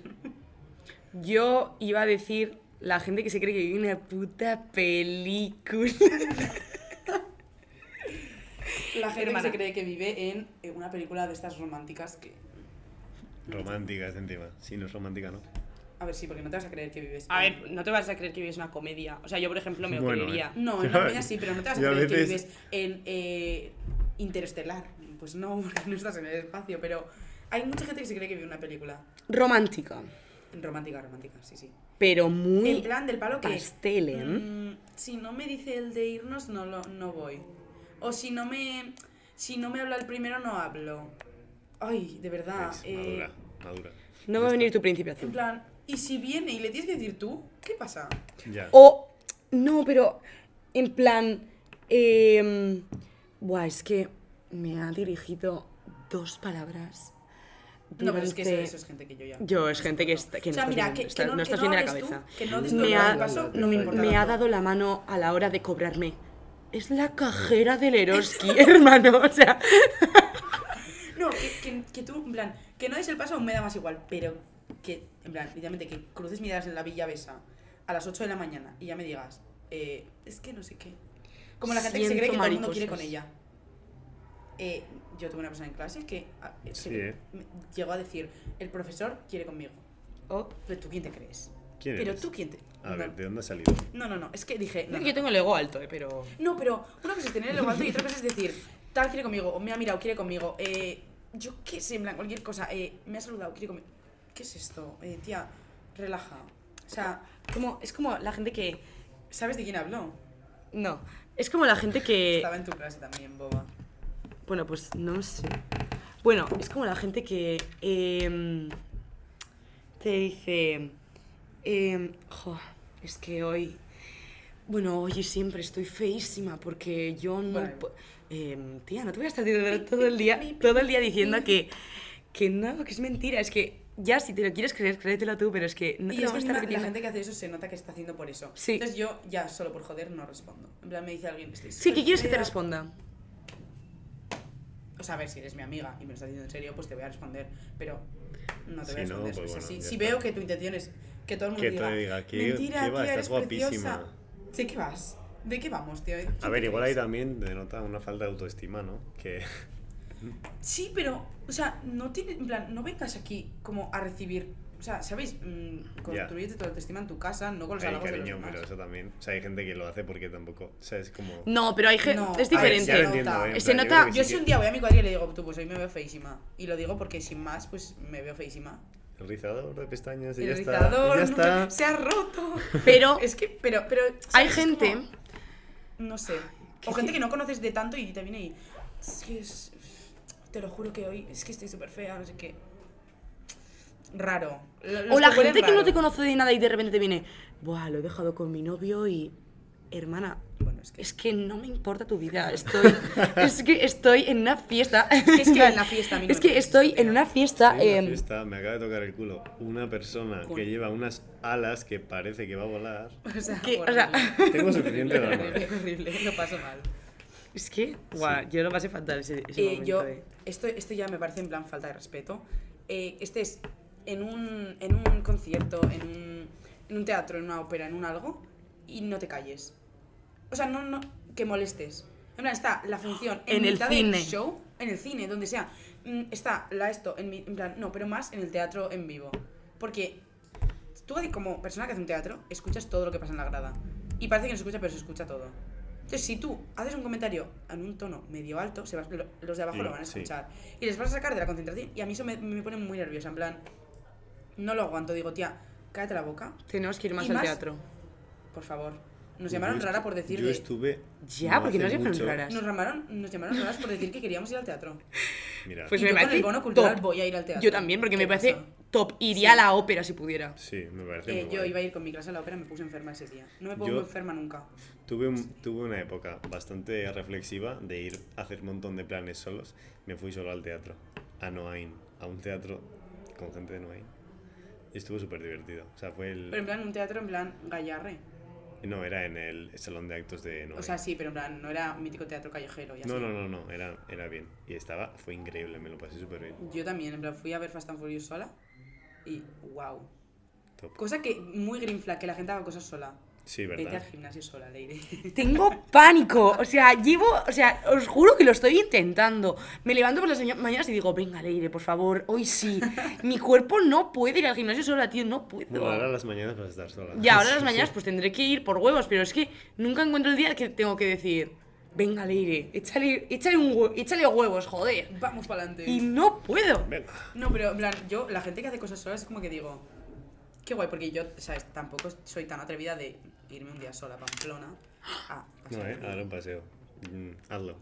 B: Yo iba a decir la gente que se cree que vive una puta película.
C: La gente que
D: Hermana.
C: se cree que vive en eh, una película de estas románticas que...
A: Románticas encima. Sí, no es romántica, ¿no?
C: A ver, sí, porque no te vas a creer que vives.
B: A
C: en-
B: ver, no te vas a creer que vives una comedia. O sea, yo, por ejemplo, me lo
A: Bueno,
B: creería.
A: eh.
C: No, en la playa sí, pero no te vas a
A: Yo a
C: creer que
A: veces-
C: vives en eh, Interestelar. Pues no, porque no estás en el espacio, pero hay mucha gente que se cree que vive una película
B: Romántica.
C: romántica, romántica, sí, sí.
B: Pero muy
C: En plan del palo que.
B: pastel, ¿eh?
C: mm, si no me dice el de irnos, no, lo, no voy. O si no me. Si no me habla el primero, no hablo. Ay, de verdad.
A: Es
C: eh,
A: Pues, madura, madura.
B: No va a venir tu príncipe azul.
C: en plan, y si viene y le tienes que decir tú, ¿qué pasa?
A: Ya.
C: Oh,
B: O, no, pero en plan, eh, buah, es que me ha dirigido dos palabras.
C: No, pero es que eso,
B: durante-
C: eso es gente que yo ya.
B: Yo, es gente que, está, que
C: O sea,
B: no está bien-
C: mira, que,
B: está-
C: que no,
B: no está
C: que
B: bien de la
C: hables
B: cabeza.
C: Tú, que no des
B: Me
C: tu
B: ha-
C: el paso, no me importa.
B: Me ha
C: tanto.
B: dado la mano a la hora de cobrarme. Es la cajera del Eroski, hermano. O sea,
C: No, que, que, que tú, en plan, que no des el paso me da más igual, pero que, en plan, literalmente, que cruces miradas en la Villa Besa a las 8 de la mañana y ya me digas, eh, es que no sé qué. Como la gente que se cree que
B: Siento
C: todo el mundo quiere con
B: mariposas.
C: ella. Eh, yo tuve una persona en clase que a- eh,
A: Sí,
C: se-
A: eh.
C: me- llegó a decir, el profesor quiere conmigo.
B: Oh.
C: Pero tú quién te crees.
A: ¿Quién
C: pero
A: eres?
C: tú quién te...
A: A
C: no,
A: ver, ¿de dónde ha salido?
C: no, no, no, es que dije... no, no.
B: yo tengo el ego alto, eh, pero...
C: No, pero una cosa es tener el ego alto y otra cosa es decir, tal quiere conmigo, o me ha mirado, quiere conmigo, eh, yo qué sé, en plan, cualquier cosa, eh, me ha saludado, quiere conmigo. ¿Qué es esto? Eh, tía, relaja. O sea,
B: Como, es como la gente que...
C: ¿sabes de quién habló?
B: No, es como la gente que...
C: Estaba en tu clase también, boba.
B: Bueno, pues no sé. Bueno, es como la gente que em, te dice, em, "Jo, es que hoy, bueno, hoy y siempre estoy feísima porque yo no...
C: Vale.
B: pu- Em, tía, no te voy a estar diciendo todo el día, todo el día diciendo que, que no, que es mentira, es que ya si te lo quieres creer, créetelo tú, pero es que no
C: y
B: te lo voy a
C: es que
B: estar
C: encima la
B: repitiendo.
C: gente que hace eso se nota que está haciendo por eso.
B: Sí.
C: Entonces yo ya solo por joder no respondo. En plan, me dice alguien, estoy
B: Sí, que quieres que te
C: superfea.
B: responda.
C: O sea, a ver, si eres mi amiga y me lo estás diciendo en serio, pues te voy a responder. Pero no te voy a
A: Si no,
C: responder.
A: pues
C: o sea,
A: bueno,
C: si
A: ya
C: si
A: está.
C: veo que tu intención es que todo el mundo
A: Que
C: diga,
A: te diga, "Qué-
C: mentira,
A: qué va,
C: tía,
A: estás
C: eres preciosa".
A: guapísima.
C: ¿De qué vas? ¿De qué vamos, tío? ¿Quién
A: A ver,
C: te
A: igual ahí
C: crees?
A: también denota una falta de autoestima, ¿no? Que
C: Sí, pero, o sea, no tiene, en plan, no vengas aquí como a recibir, o sea, ¿sabéis? Mm, construyete tu autoestima en tu casa, no con los
A: hay
C: halagos de los
A: cariño,
C: demás.
A: pero eso también. O sea, hay gente que lo hace porque tampoco. O sea, es como.
B: No, pero hay gente...
C: No,
B: es
C: a ver,
B: diferente.
A: Ya lo entiendo,
C: nota.
A: ¿eh? En
B: Se
A: plan, yo
B: nota-
A: creo que
C: Yo
A: sí
C: si un
A: que
C: día voy a mi cuadrilla y le digo, tú, pues hoy me veo feísima. Y lo digo porque sin más, pues me veo feísima.
A: El rizador de pestañas y
C: El
A: ya
C: rizador no-
A: está. y Ya está.
C: se ha roto.
B: Pero
C: Es que, pero, pero.
B: hay
C: ¿sabes? Es
B: gente...
C: como- no sé. O gente que no conoces de tanto y te viene y. Es que es. Te lo juro que hoy es que estoy súper fea, no sé qué. Raro. Lo- los
B: O la
C: huelen
B: gente que no
C: raro.
B: te conoce de nada y de repente te viene, Buah, lo he dejado con mi novio y. Hermana,
C: Bueno, es que.
B: es que no me importa tu vida. Estoy. es que estoy en una fiesta.
C: Es que en la fiesta a mí no
B: Es
C: me
B: que
C: parece
B: estoy
C: estúpido.
B: en una fiesta.
A: Estoy en una
B: em,
A: fiesta, me acaba de tocar el culo una persona que lleva unas alas que parece que va a volar.
C: O sea,
B: que- o
C: horrible.
B: sea,
A: Tengo suficiente drama.
C: horrible, horrible, lo paso mal.
B: es que. Guau, yo lo pasé fatal ese, ese
C: Eh,
B: momento,
C: yo,
B: eh.
C: esto, esto ya me parece en plan falta de respeto. Eh, este es en un, en un concierto, en un, en un teatro, en una ópera, en un algo, y no te calles. O sea, no, no que molestes. En plan, está la función en,
B: En el
C: mitad
B: cine.
C: del show, en el cine, donde sea. Mm, Está la esto, en, mi- en plan, no, pero más en el teatro en vivo. Porque tú como persona que hace un teatro, escuchas todo lo que pasa en la grada. Y parece que no se escucha, pero se escucha todo. Entonces, si tú haces un comentario en un tono medio alto, se va- lo- los de abajo
A: Sí,
C: lo van a
A: sí.
C: escuchar. Y les vas a sacar de la concentración. Y a mí eso me, me pone muy nerviosa. En plan, no lo aguanto. Digo, tía, cállate la boca,
B: Tenemos que ir más
C: y
B: al
C: más-
B: teatro.
C: por favor. Nos
A: Yo
C: llamaron
A: estu-
C: rara por decir
A: Yo
C: de-
A: estuve.
B: Ya, porque no
A: hace
B: siempre
A: mucho-
B: raras.
C: Nos llamaron, nos llamaron raras por decir que queríamos ir al teatro.
A: Mira,
B: Pues
C: y
B: me
C: yo con
B: parece
C: el bono cultural
B: top.
C: voy a ir al teatro.
B: Yo también, porque
C: ¿Qué
B: me parece
C: pasa?
B: top. Iría a la ópera si pudiera.
A: sí, me parece
C: Eh,
A: muy
C: yo
A: guay.
C: iba a ir con mi clase a la ópera, me puse enferma ese día. No me pongo
A: Yo-
C: enferma nunca.
A: Tuve, un- tuve una época bastante reflexiva de ir a hacer un montón de planes solos. Me fui solo al teatro, a Noain, a un teatro con gente de Noain. Y estuvo súper divertido. O sea, fue el...
C: Pero en plan, un teatro en plan gallarre.
A: No, era en el salón de actos de Noain.
C: O sea, sí, pero en plan, no era mítico teatro callejero. Ya
A: no, no, no, no, era, era bien. Y estaba, fue increíble, me lo pasé súper bien.
C: Yo también, en plan, fui a ver Fast and Furious sola y wow.
A: Top.
C: Cosa que muy green flag, que la gente haga cosas sola.
A: Sí,
D: Vete al
A: ¿verdad?
D: gimnasio sola, Leire.
B: Tengo pánico. O sea, llevo. O sea, os juro que lo estoy intentando. Me levanto por las maña- mañanas y digo, venga, Leire, por favor, hoy sí. Mi cuerpo no puede ir al gimnasio sola, tío, no puedo.
A: Bueno, ahora a las mañanas vas a estar sola.
B: Y ahora a las mañanas pues tendré que ir por huevos, pero es que nunca encuentro el día que tengo que decir, venga, Leire, échale, échale, un hue- échale huevos, joder.
C: Vamos para adelante.
B: Y no puedo.
A: Venga.
C: No, pero en plan, yo, la gente que hace cosas solas es como que digo, qué guay, porque yo, ¿sabes? Tampoco soy tan atrevida de irme un día sola a Pamplona. a
A: No,
C: pasear.
A: eh, a dar un paseo. Mm, hazlo.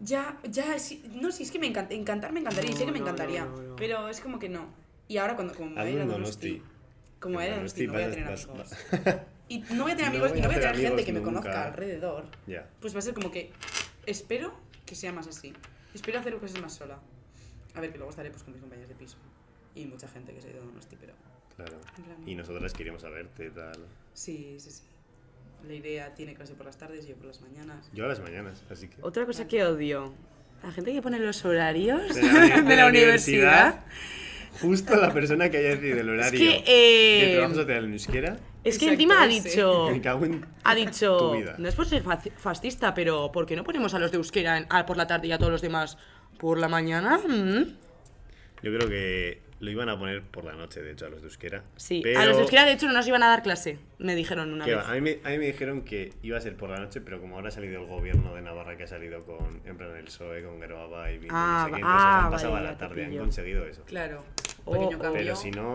C: Ya, ya, sí, no, sí, es que me encanta, encantar me encantaría, y sé que me
A: No, no,
C: encantaría,
A: no, no.
C: pero es como que no. Y ahora cuando, como me voy a
A: Hazlo
C: ir a
A: en
C: Donosti,
A: Donosti.
C: como
A: En
C: era Donosti, no voy a tener
A: vas-
C: amigos.
A: vas-
C: Y no voy a
A: No
C: tener amigos y no voy a tener gente
A: amigos
C: que me conozca
A: nunca.
C: alrededor.
A: Ya.
C: Pues va a ser como que espero que sea más así. Espero hacer cosas más sola. A ver, que luego estaré pues con mis compañeros de piso. Y mucha gente que se ha ido a Donosti, pero...
A: Claro.
C: En plan-
A: Y nosotras queríamos a verte, tal.
C: Sí, sí, sí. La idea tiene clase por las tardes y yo por las mañanas.
A: Yo a las mañanas, así que.
B: Otra cosa que odio, la gente que pone los horarios
A: De
B: de
A: de
B: la universidad.
A: Justo la persona que haya decidido el horario
B: que, eh,
A: de trabajo social en Euskera,
B: Es que
C: Exacto,
B: encima ha
C: ese.
B: dicho...
A: me cago en
B: Ha
A: tu
B: dicho,
A: vida.
B: no es por ser faci- fascista, pero ¿por qué no ponemos a los de Euskera en- ah, por la tarde y a todos los demás por la mañana? Mm.
A: Yo creo que lo iban a poner por la noche, de hecho, a los de Euskera.
B: Sí,
A: Pero-
B: a los de Euskera de hecho no nos iban a dar clase, me dijeron una
A: que
B: vez.
A: va, a, mí me, a mí me dijeron que iba a ser por la noche, pero como ahora ha salido el gobierno de Navarra que ha salido con, en plan, el PSOE, E, con Geroaba y Bildu,
B: Ah,
A: no sé qué,
B: va-
A: entonces
B: ah,
A: han pasado
B: vale,
A: a
B: ya
A: la
B: te
A: tarde, han
B: pillo.
A: conseguido eso.
C: Claro.
B: Oh,
C: pequeño
B: oh.
C: cambio.
A: Pero si no,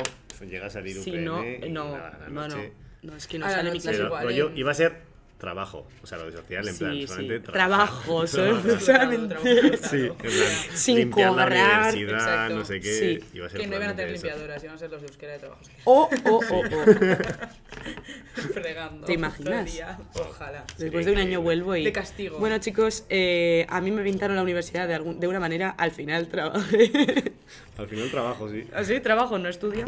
A: llega a salir UPN
B: Si no,
A: y
B: no,
A: nada, a la
B: no, no,
A: noche.
B: no, es que no
C: A la
B: sale mi
C: noche.
B: clase.
A: Pero
C: igual,
A: rollo,
C: ¿eh?
A: iba a ser trabajo, o sea, lo de social, en
B: Sí,
A: plan,
B: sí,
A: solamente
B: trabajo, solo-
A: Trabajo.
B: solamente.
A: Sí, en plan,
B: Sin
A: limpiar la
B: cobrar.
A: universidad,
C: Exacto.
A: no sé qué.
B: Sí.
A: Iba a ser
C: Que no iban a
A: solamente
C: tener
A: eso.
C: limpiadoras, iban a ser los de euskera de trabajo. social.
B: Oh, oh, oh, oh.
C: Fregando.
B: ¿Te imaginas?
C: todo el día. Ojalá.
B: Después de un año vuelvo y...
C: De castigo.
B: Bueno, chicos, eh, a mí me pintaron la universidad de, algún- de una manera, al final trabajé.
A: Al final trabajo, sí.
B: Así, trabajo, no estudio.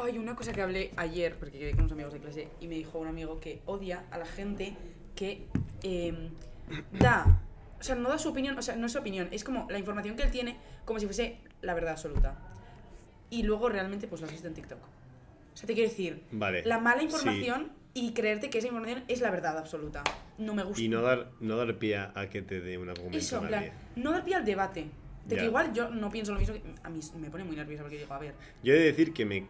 C: Ay, una cosa que hablé ayer, porque quedé con unos amigos de clase, y me dijo un amigo que odia a la gente que eh, da. O sea, no da su opinión, o sea, no es su opinión, es como la información que él tiene como si fuese la verdad absoluta. Y luego realmente, pues lo has visto en TikTok. O sea, te quiero decir,
A: Vale,
C: la mala
A: Eh, sí.
C: información y creerte que esa información es la verdad absoluta. No me gusta.
A: Y no dar, no dar pie a que te dé un argumento
C: Eso, en plan,
A: nadie.
C: no dar pie al debate. De
A: Ya.
C: que igual yo no pienso lo mismo que. A mí me pone muy nerviosa porque digo, a ver,
A: Yo he de decir que me.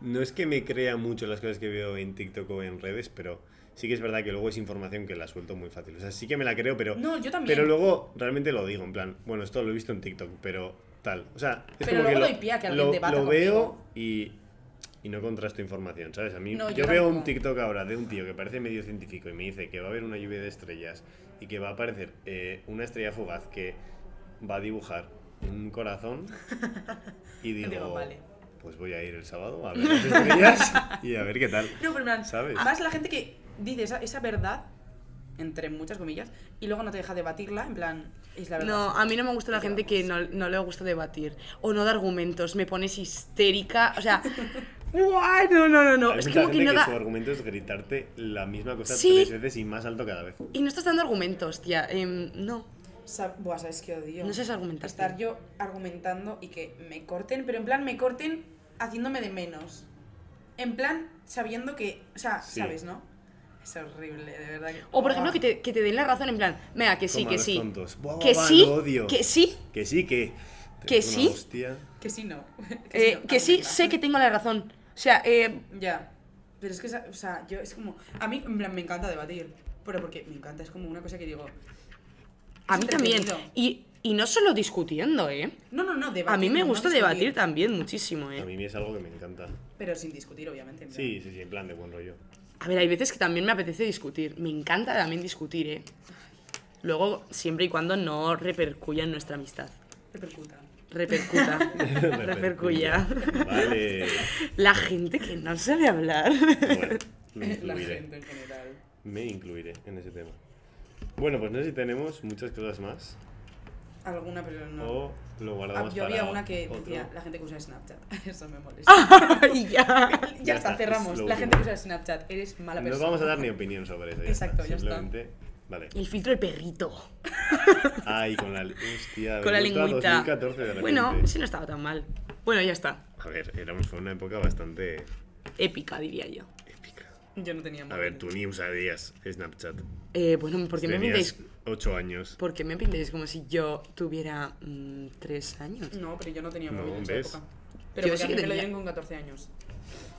A: No es que me crea mucho las cosas que veo en TikTok o en redes, pero sí que es verdad que luego es información que la suelto muy fácil. O sea, sí que me la creo, pero.
C: No, yo también.
A: Pero luego realmente lo digo, en plan, bueno, esto lo he visto en TikTok, pero tal. O sea, es como
C: Pero luego
A: que
C: doy pie a que alguien
A: lo,
C: debata
A: lo
C: conmigo.
A: veo y, y no contrasto información, ¿sabes? A mí,
C: No,
A: yo,
C: yo
A: veo
C: tampoco.
A: un TikTok ahora de un tío que parece medio científico y me dice que va a haber una lluvia de estrellas y que va a aparecer eh, una estrella fugaz que va a dibujar un corazón y digo,
C: Digo, vale.
A: pues voy a ir el sábado a ver las estrellas y a ver qué tal.
C: No, pero en plan,
A: ¿Sabes?
C: Más la gente que dice esa, esa verdad, entre muchas comillas, y luego no te deja debatirla, en plan, es la verdad.
B: No, a mí no me gusta la gente que no, no le gusta debatir o no da argumentos, me pones histérica, o sea, ¡buah! No, no, no, no,
A: Hay
B: es
A: mucha
B: como que
A: gente
B: no
A: su
B: da...
A: argumento es gritarte la misma cosa
B: Sí.
A: tres veces y más alto cada vez.
B: Y no estás dando argumentos, tía, em, no.
C: Sa- Buah, ¿sabes qué odio?
B: No sabes argumentar,
C: Estar
B: tío.
C: yo argumentando y que me corten, pero en plan, me corten haciéndome de menos. En plan, sabiendo que. O sea,
A: Sí.
C: ¿sabes, no? Es horrible, de verdad. que-
B: O por ejemplo
C: Buah.
B: que te, que te den la razón en plan, venga, que sí,
A: Toma,
B: que
A: los
B: sí.
A: tontos. Buah,
B: Que
A: buah,
B: sí,
A: lo odio.
B: que sí,
A: Que sí, que. Te
B: ¿Que
A: meto una
B: sí?
A: hostia.
C: Que sí, no.
B: eh,
C: no,
B: que sí,
C: argumenta.
B: sé que tengo la razón. O sea, eh,
C: Ya. Pero es que, esa- o sea, yo es como. A mí en plan, me encanta debatir. Pero porque me encanta, es como una cosa que digo.
B: a
C: es
B: mí también.
C: entretenido.
B: Y, y no solo discutiendo, ¿eh?
C: No, no, no, debatir.
B: A mí me
C: no
B: gusta
C: discutir,
B: debatir también muchísimo,
A: A
B: ¿eh?
A: mí me es algo que me encanta.
C: Pero sin discutir, obviamente. en plan.
A: Sí, sí, sí, en plan de buen rollo.
B: A ver, hay veces que también me apetece discutir. Me encanta también discutir, ¿eh? Luego, siempre y cuando no repercuya en nuestra amistad.
C: Repercuta.
B: Repercuta. repercuya.
A: Vale.
B: La gente que no sabe hablar.
A: Bueno, me
C: La
A: incluiré.
C: gente en general.
A: Me incluiré en ese tema. Bueno, pues no sé si tenemos muchas cosas más
C: Alguna, pero no.
A: o lo
C: Ah,
A: guardamos
C: yo
A: para
C: había una que
A: otro.
C: decía la gente que usa Snapchat. Eso me molesta.
B: Ah. y ya.
C: ya,
A: Ya
C: está,
A: está,
C: cerramos.
A: es lo
C: La
A: último.
C: gente que usa Snapchat. Eres mala
A: No
C: persona.
A: vamos a dar ni opinión sobre eso.
C: Exacto, ya está.
A: Simplemente- Vale.
B: El filtro del perrito.
A: Ay, con la. Hostia,
B: Con la
A: hemos vuelto a
B: lingüita.
A: 2014 de repente.
B: bueno, ese no estaba tan mal. Bueno, ya está.
A: A ver, éramos, fue una época bastante
B: Épica, diría yo.
A: épica.
D: Yo no tenía
A: A
D: móvil.
A: ver, tú ni usarías Snapchat.
B: Eh, bueno, ¿por qué me
A: Tenías
B: pintáis?
A: 8 años.
B: ¿Por qué me pintáis como si yo tuviera mm, tres años?
C: No, pero yo no tenía
A: No,
C: móvil en esa
A: ¿ves?
C: época. Pero
B: Yo
C: porque
B: sí
C: a mí
B: que
C: me lo
B: tenía.
C: dieron con 14 años.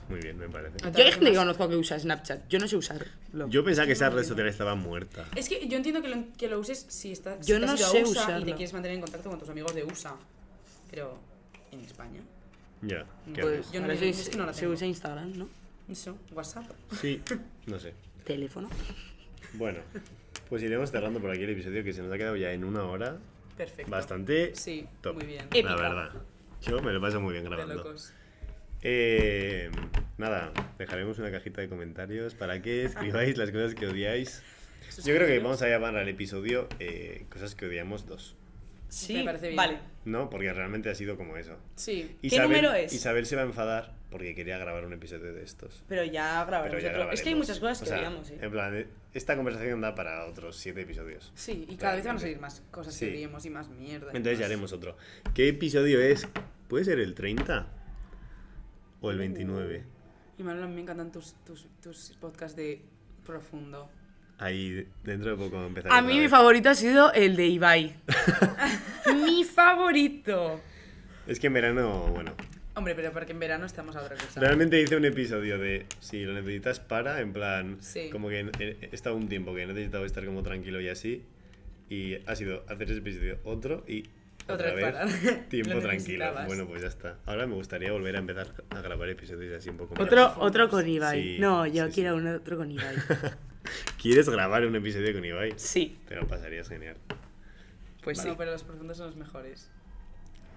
A: Muy bien, me parece.
C: Ah,
B: Yo hay gente que conozco que usa Snapchat. Yo no sé usarlo.
A: Yo pensaba que esa red social estaba muerta.
C: Es que yo entiendo que lo, que lo uses si estás
B: Yo
C: si te has
B: no
C: ido a
B: sé
C: USA y te
B: usarlo.
C: quieres mantener en contacto con tus amigos de USA. Pero en España.
A: Ya. ¿qué
B: pues
A: haces?
C: Yo no
B: ahora
C: tengo,
B: se-
C: es que no la
B: se
C: tengo.
B: usa Instagram, ¿no?
C: Eso, WhatsApp.
A: Sí, no sé.
B: Teléfono.
A: Bueno, pues iremos cerrando por aquí el episodio que se nos ha quedado ya en una hora.
C: Perfecto.
A: Bastante
C: Sí,
A: top,
C: muy bien.
B: Épica.
A: La verdad. Yo me lo paso muy bien
C: De
A: grabando.
C: locos.
A: Eh, nada, dejaremos una cajita de comentarios para que escribáis las cosas que odiáis. Yo creo que vamos a llamar al episodio eh, Cosas que odiamos 2.
D: Sí,
C: Me parece bien.
D: vale.
A: No, porque realmente ha sido como eso.
C: Sí.
D: ¿Qué número es?
A: Isabel se va a enfadar porque quería grabar un episodio de estos.
D: Pero ya
A: Pero
D: grabaremos
A: ya
D: otro. Es que hay
A: grabaremos.
D: muchas cosas
A: O
D: que
A: sea,
D: odiamos, ¿eh?
A: En plan, eh, esta conversación da para otros siete episodios.
C: Sí, y cada vez van a
A: Claramente.
C: salir más cosas
A: Sí.
C: que odiemos y más mierda. y
A: Entonces ya
C: más.
A: haremos otro. ¿Qué episodio es? ¿Puede ser el 30? ¿O el 29?
D: Uh.
C: Y Manuel, me encantan tus, tus, tus podcasts de profundo.
A: Ahí dentro de poco empezaremos.
B: A mí mi
A: favor
B: favorito ha sido el de Ibai. mi favorito.
A: Es que en verano, bueno.
C: Hombre, pero porque en verano estamos a otra cosa.
A: Realmente hice un episodio de si lo necesitas para, en plan,
C: Sí.
A: como que he he estado un tiempo que he necesitado estar como tranquilo y así. Y ha sido hacer ese episodio otro y
C: Otra vez para.
A: tiempo
C: Lo
A: tranquilo.
C: necesitabas.
A: Bueno, pues ya está. Ahora me gustaría volver a empezar a grabar episodios así un poco más.
B: Otro, otro con Ibai.
A: Sí,
B: no, yo
A: sí,
B: quiero
A: sí.
B: un otro con Ibai.
A: ¿Quieres grabar un episodio con Ibai?
B: Sí,
A: Te lo pasarías genial.
B: pues
C: no,
B: sí.
C: pero los profundos son los mejores.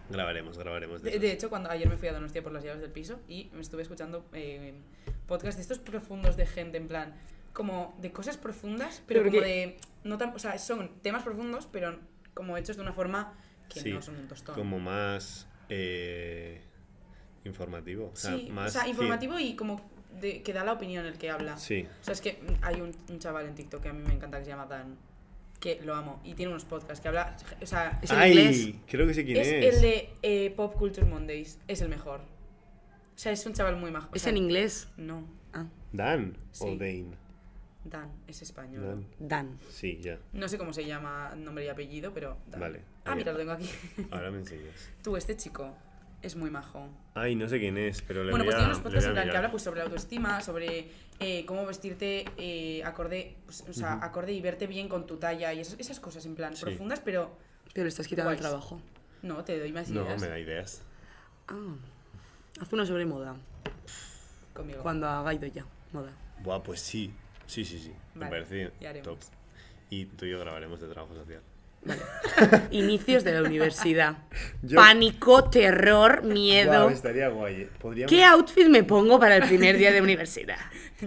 A: Grabaremos, grabaremos. De
C: De, de
A: esos.
C: hecho, cuando ayer me fui a Donostia por las llaves del piso y me estuve escuchando eh, podcasts de estos profundos de gente, en plan, como de cosas profundas, pero,
B: Pero
C: como
B: porque-
C: de. No tan, o sea, son temas profundos, pero como hechos de una forma que
A: Sí,
C: no son un tostón.
A: Como más eh, informativo. O sea,
C: sí,
A: más
C: o sea, informativo y como de- que da la opinión el que habla.
A: Sí.
C: O sea, es que mm, hay un, un chaval en TikTok que a mí me encanta que se llama Dan, que lo amo, y tiene unos podcasts que habla. O sea,
B: Es en
A: Ay,
B: inglés.
A: creo que sé Ah, quién es.
C: es el de eh, Pop Culture Mondays, es el mejor. O sea, es un chaval muy majo. o
B: Es
C: sea,
B: en inglés.
C: No,
B: Ah,
A: Dan o
C: Sí.
A: Dane.
C: Dan, es español.
A: Dan.
B: Dan.
A: Sí, ya.
C: No sé cómo se llama nombre y apellido, pero. Dan.
A: Vale.
C: Ah, mira, lo tengo aquí.
A: Ahora me enseñas.
C: Tú, este chico es muy majo.
A: Ay, no sé quién es, pero le
C: Bueno,
A: voy
C: pues
A: a,
C: tiene unos
A: le
C: podcasts
A: voy a
C: en plan que
A: mirar.
C: habla pues, sobre la autoestima, sobre eh, cómo vestirte eh, acorde, pues, o sea, acorde y verte bien con tu talla y esas, esas cosas en plan
A: Sí.
C: profundas, pero
B: Pero le estás quitando el
C: Guays.
B: trabajo.
C: no, te doy más
A: No,
C: ideas
A: me da ideas.
B: Ah. Haz uno sobre moda.
C: conmigo.
B: Cuando haga ido ya. Moda.
A: Buah, pues sí. Sí, sí, sí. Me
C: Vale,
A: parece
C: ya haremos.
A: top. Y tú y yo grabaremos de trabajo social.
B: Inicios de la universidad.
A: Yo-
B: Pánico, terror, miedo.
A: Guau, estaría guay. eh. Podríamos...
B: ¿Qué outfit me pongo para el primer día de universidad?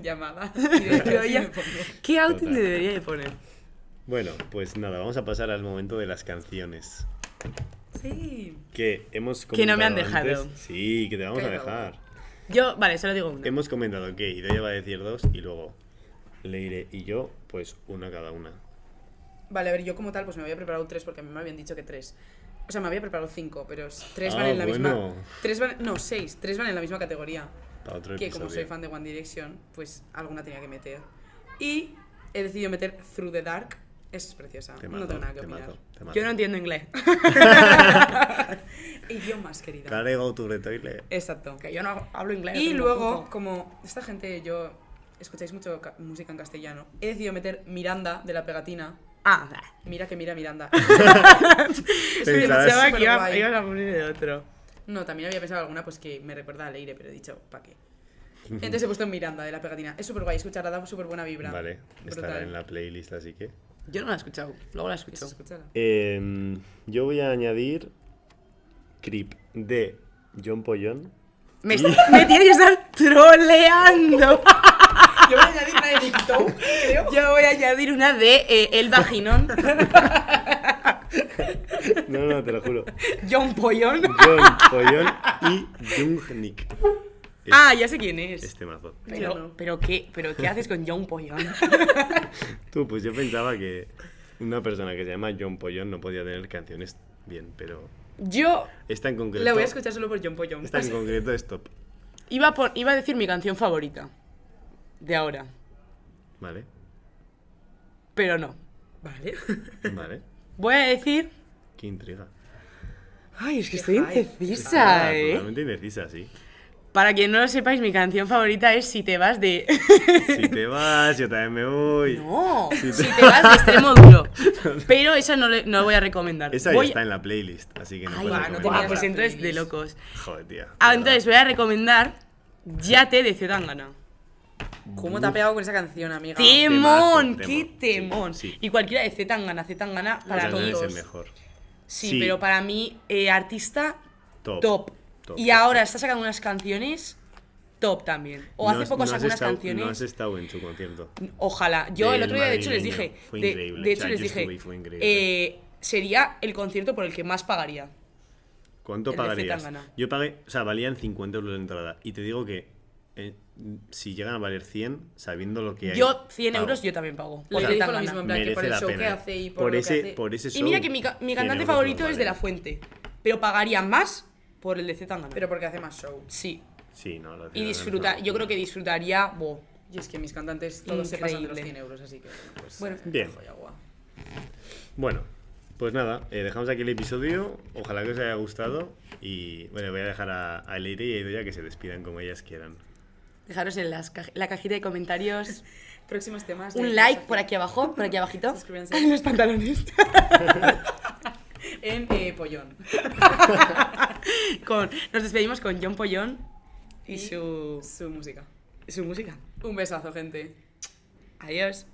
C: Llamadas. y de-
B: Yo ya-
C: me pongo.
B: ¿Qué outfit
A: Total.
B: me debería de poner?
A: Bueno, pues nada, vamos a pasar al momento de las canciones.
C: Sí.
A: Que hemos
B: Que no me han
A: comentado
B: dejado.
A: antes. Sí, que te vamos a
C: Cállate la boca.
A: dejar.
B: Yo, vale, solo digo una.
A: Hemos comentado que Idoya va a decir dos y luego Leire y yo, pues una cada una.
C: Vale, a ver, yo como tal, pues me había preparado tres porque a mí me habían dicho que tres. O sea, me había preparado cinco, pero s- tres van
A: Ah,
C: en la
A: bueno.
C: misma. Tres van, no, seis. Tres van en la misma categoría.
A: Para otro
C: que
A: episodio.
C: como soy fan de One Direction, pues alguna tenía que meter. Y he decidido meter Through the Dark. Es preciosa.
A: Te
C: no
A: mato,
C: tengo nada que
A: te
C: opinar.
A: mato, te mato.
B: Yo no entiendo inglés.
C: Idiomas, querida.
A: Gotta go to the toilet.
C: Exacto.
B: Que yo no hablo inglés.
C: Y
B: tengo
C: luego,
B: poco.
C: como esta gente, yo escucháis mucho ca- música en castellano, he decidido meter Miranda de la pegatina.
B: Ah, vale.
C: Mira que mira Miranda.
A: Pensabas-
B: Pensaba que iba-
C: Superguay.
B: ibas a poner el otro.
C: No, también había pensado alguna pues que me recuerda a Leire, pero he dicho, ¿pa' qué? Entonces he puesto Miranda de la pegatina. Es súper guay, escucharla, da súper buena vibra.
A: Vale, estará
C: Brutal.
A: en la playlist, así que.
B: Yo no la he escuchado. Luego la he
C: Eso,
B: escuchado.
C: escúchala.
A: Em, yo voy a añadir Creep de John Pollón.
B: Me, est- me tienes que estar troleando.
C: Yo voy a añadir una de TikTok, creo.
B: Yo voy a añadir una de eh, El Vaginón.
A: No, no, te lo juro.
B: John Pollón.
A: John Pollón y Jung Nick. Es-
B: Ah, ya sé quién es.
A: Este mazo.
B: Pero,
C: Yo no.
B: pero, ¿qué, pero ¿qué haces con John Pollón?
A: Tú, pues yo pensaba que una persona que se llama John Pollón no podía tener canciones bien, pero
B: Yo
A: esta en concreto.
C: La voy a escuchar solo por John Pollón.
A: Esta en concreto es top.
B: iba a, pon- iba a decir mi canción favorita. de ahora.
A: Vale,
B: Pero no. Vale.
A: vale.
B: Voy a decir.
A: Qué intriga.
B: Ay, es que
C: Qué
B: estoy
C: hype.
B: indecisa,
A: Ah,
B: eh.
A: Totalmente indecisa, sí.
B: Para quien no lo sepáis, mi canción favorita es Si te vas de.
A: Si te vas, yo también me voy.
B: No,
A: Si
B: si
A: te-
B: te vas de extremo duro. Pero esa no, le- no la voy a recomendar.
A: Esa ya
B: Voy-
A: está en la playlist, así que no
B: Ay,
A: puedes
C: va, no
B: guau,
A: recomendarla.
C: tenía
B: pues
C: la
B: entonces de
C: playlist.
B: locos.
A: Joder, tía.
B: Ah, entonces voy a recomendar Yate de Zetangana.
D: ¿Cómo te ha pegado con esa canción, amiga?
B: ¡Temón!
A: Ah, temazo,
B: ¡Qué
A: temón,
B: temón!
A: sí, sí.
B: Y cualquiera de Zetangana, Zetangana para
A: para
B: mí.
A: es el
C: todos.
A: mejor.
B: Sí,
A: Sí.
B: pero para mí, eh, artista
A: Top.
B: top.
A: Top,
B: Y
A: top,
B: ahora está sacando unas canciones top también. O
A: No
B: hace
A: has-
B: poco
A: no has
B: sacó unas
A: estado- No has
B: canciones.
A: estado en su concierto.
B: Ojalá. Yo el
A: Del
B: otro día, de hecho, les
A: madrileño.
B: dije.
A: Fue
B: de,
A: increíble.
B: de
A: O
B: hecho,
A: sea,
B: les
A: yo
B: dije.
A: estuve y fue increíble.
B: eh, sería el concierto por el que más pagaría.
A: ¿Cuánto
B: El de
A: pagarías?
B: Zetangana.
A: Yo pagué, o sea, valían 50 euros la entrada. Y te digo que eh, si llegan a valer 100, sabiendo lo que hay.
B: Yo, 100
A: pago.
B: euros, yo también pago.
C: Lo
B: por
C: que
B: el
C: dijo lo
B: Tangana.
C: mismo, en plan, que
A: Merece
C: por el
A: la
C: show
A: pena.
C: que hace y por lo que
A: ese,
C: hace.
A: por ese
B: Y
A: show,
B: mira que mi, ca- mi
A: 100
B: cantante
A: euros
B: favorito
A: nos
B: es de La
A: vale.
B: Fuente. Pero pagaría más por el de Zetangana.
C: Pero porque hace más show.
B: Sí.
A: Sí, no, la Zetangana
B: Y
A: es una
B: disfruta, yo creo
A: locura.
B: que disfrutaría. bo,
C: Y es que mis cantantes todos se pasan de los
B: Increíble.
C: 100 euros, así que. Pues,
B: Bueno.
A: Bien.
C: joya guau.
A: Bueno, pues nada, eh, dejamos aquí el episodio. Ojalá que os haya gustado. Y bueno, voy a dejar a, a Leire y a Idoya que se despidan como ellas quieran.
B: Dejaros en las ca- la cajita de comentarios
D: Próximos temas. de
B: un like
D: conversación.
B: por aquí abajo, por aquí abajito.
D: Suscríbanse.
B: En los pantalones.
C: En eh, Pollón.
B: Con- nos despedimos con John Pollón y su,
C: Su música.
B: su música.
C: Un besazo, gente.
B: Adiós.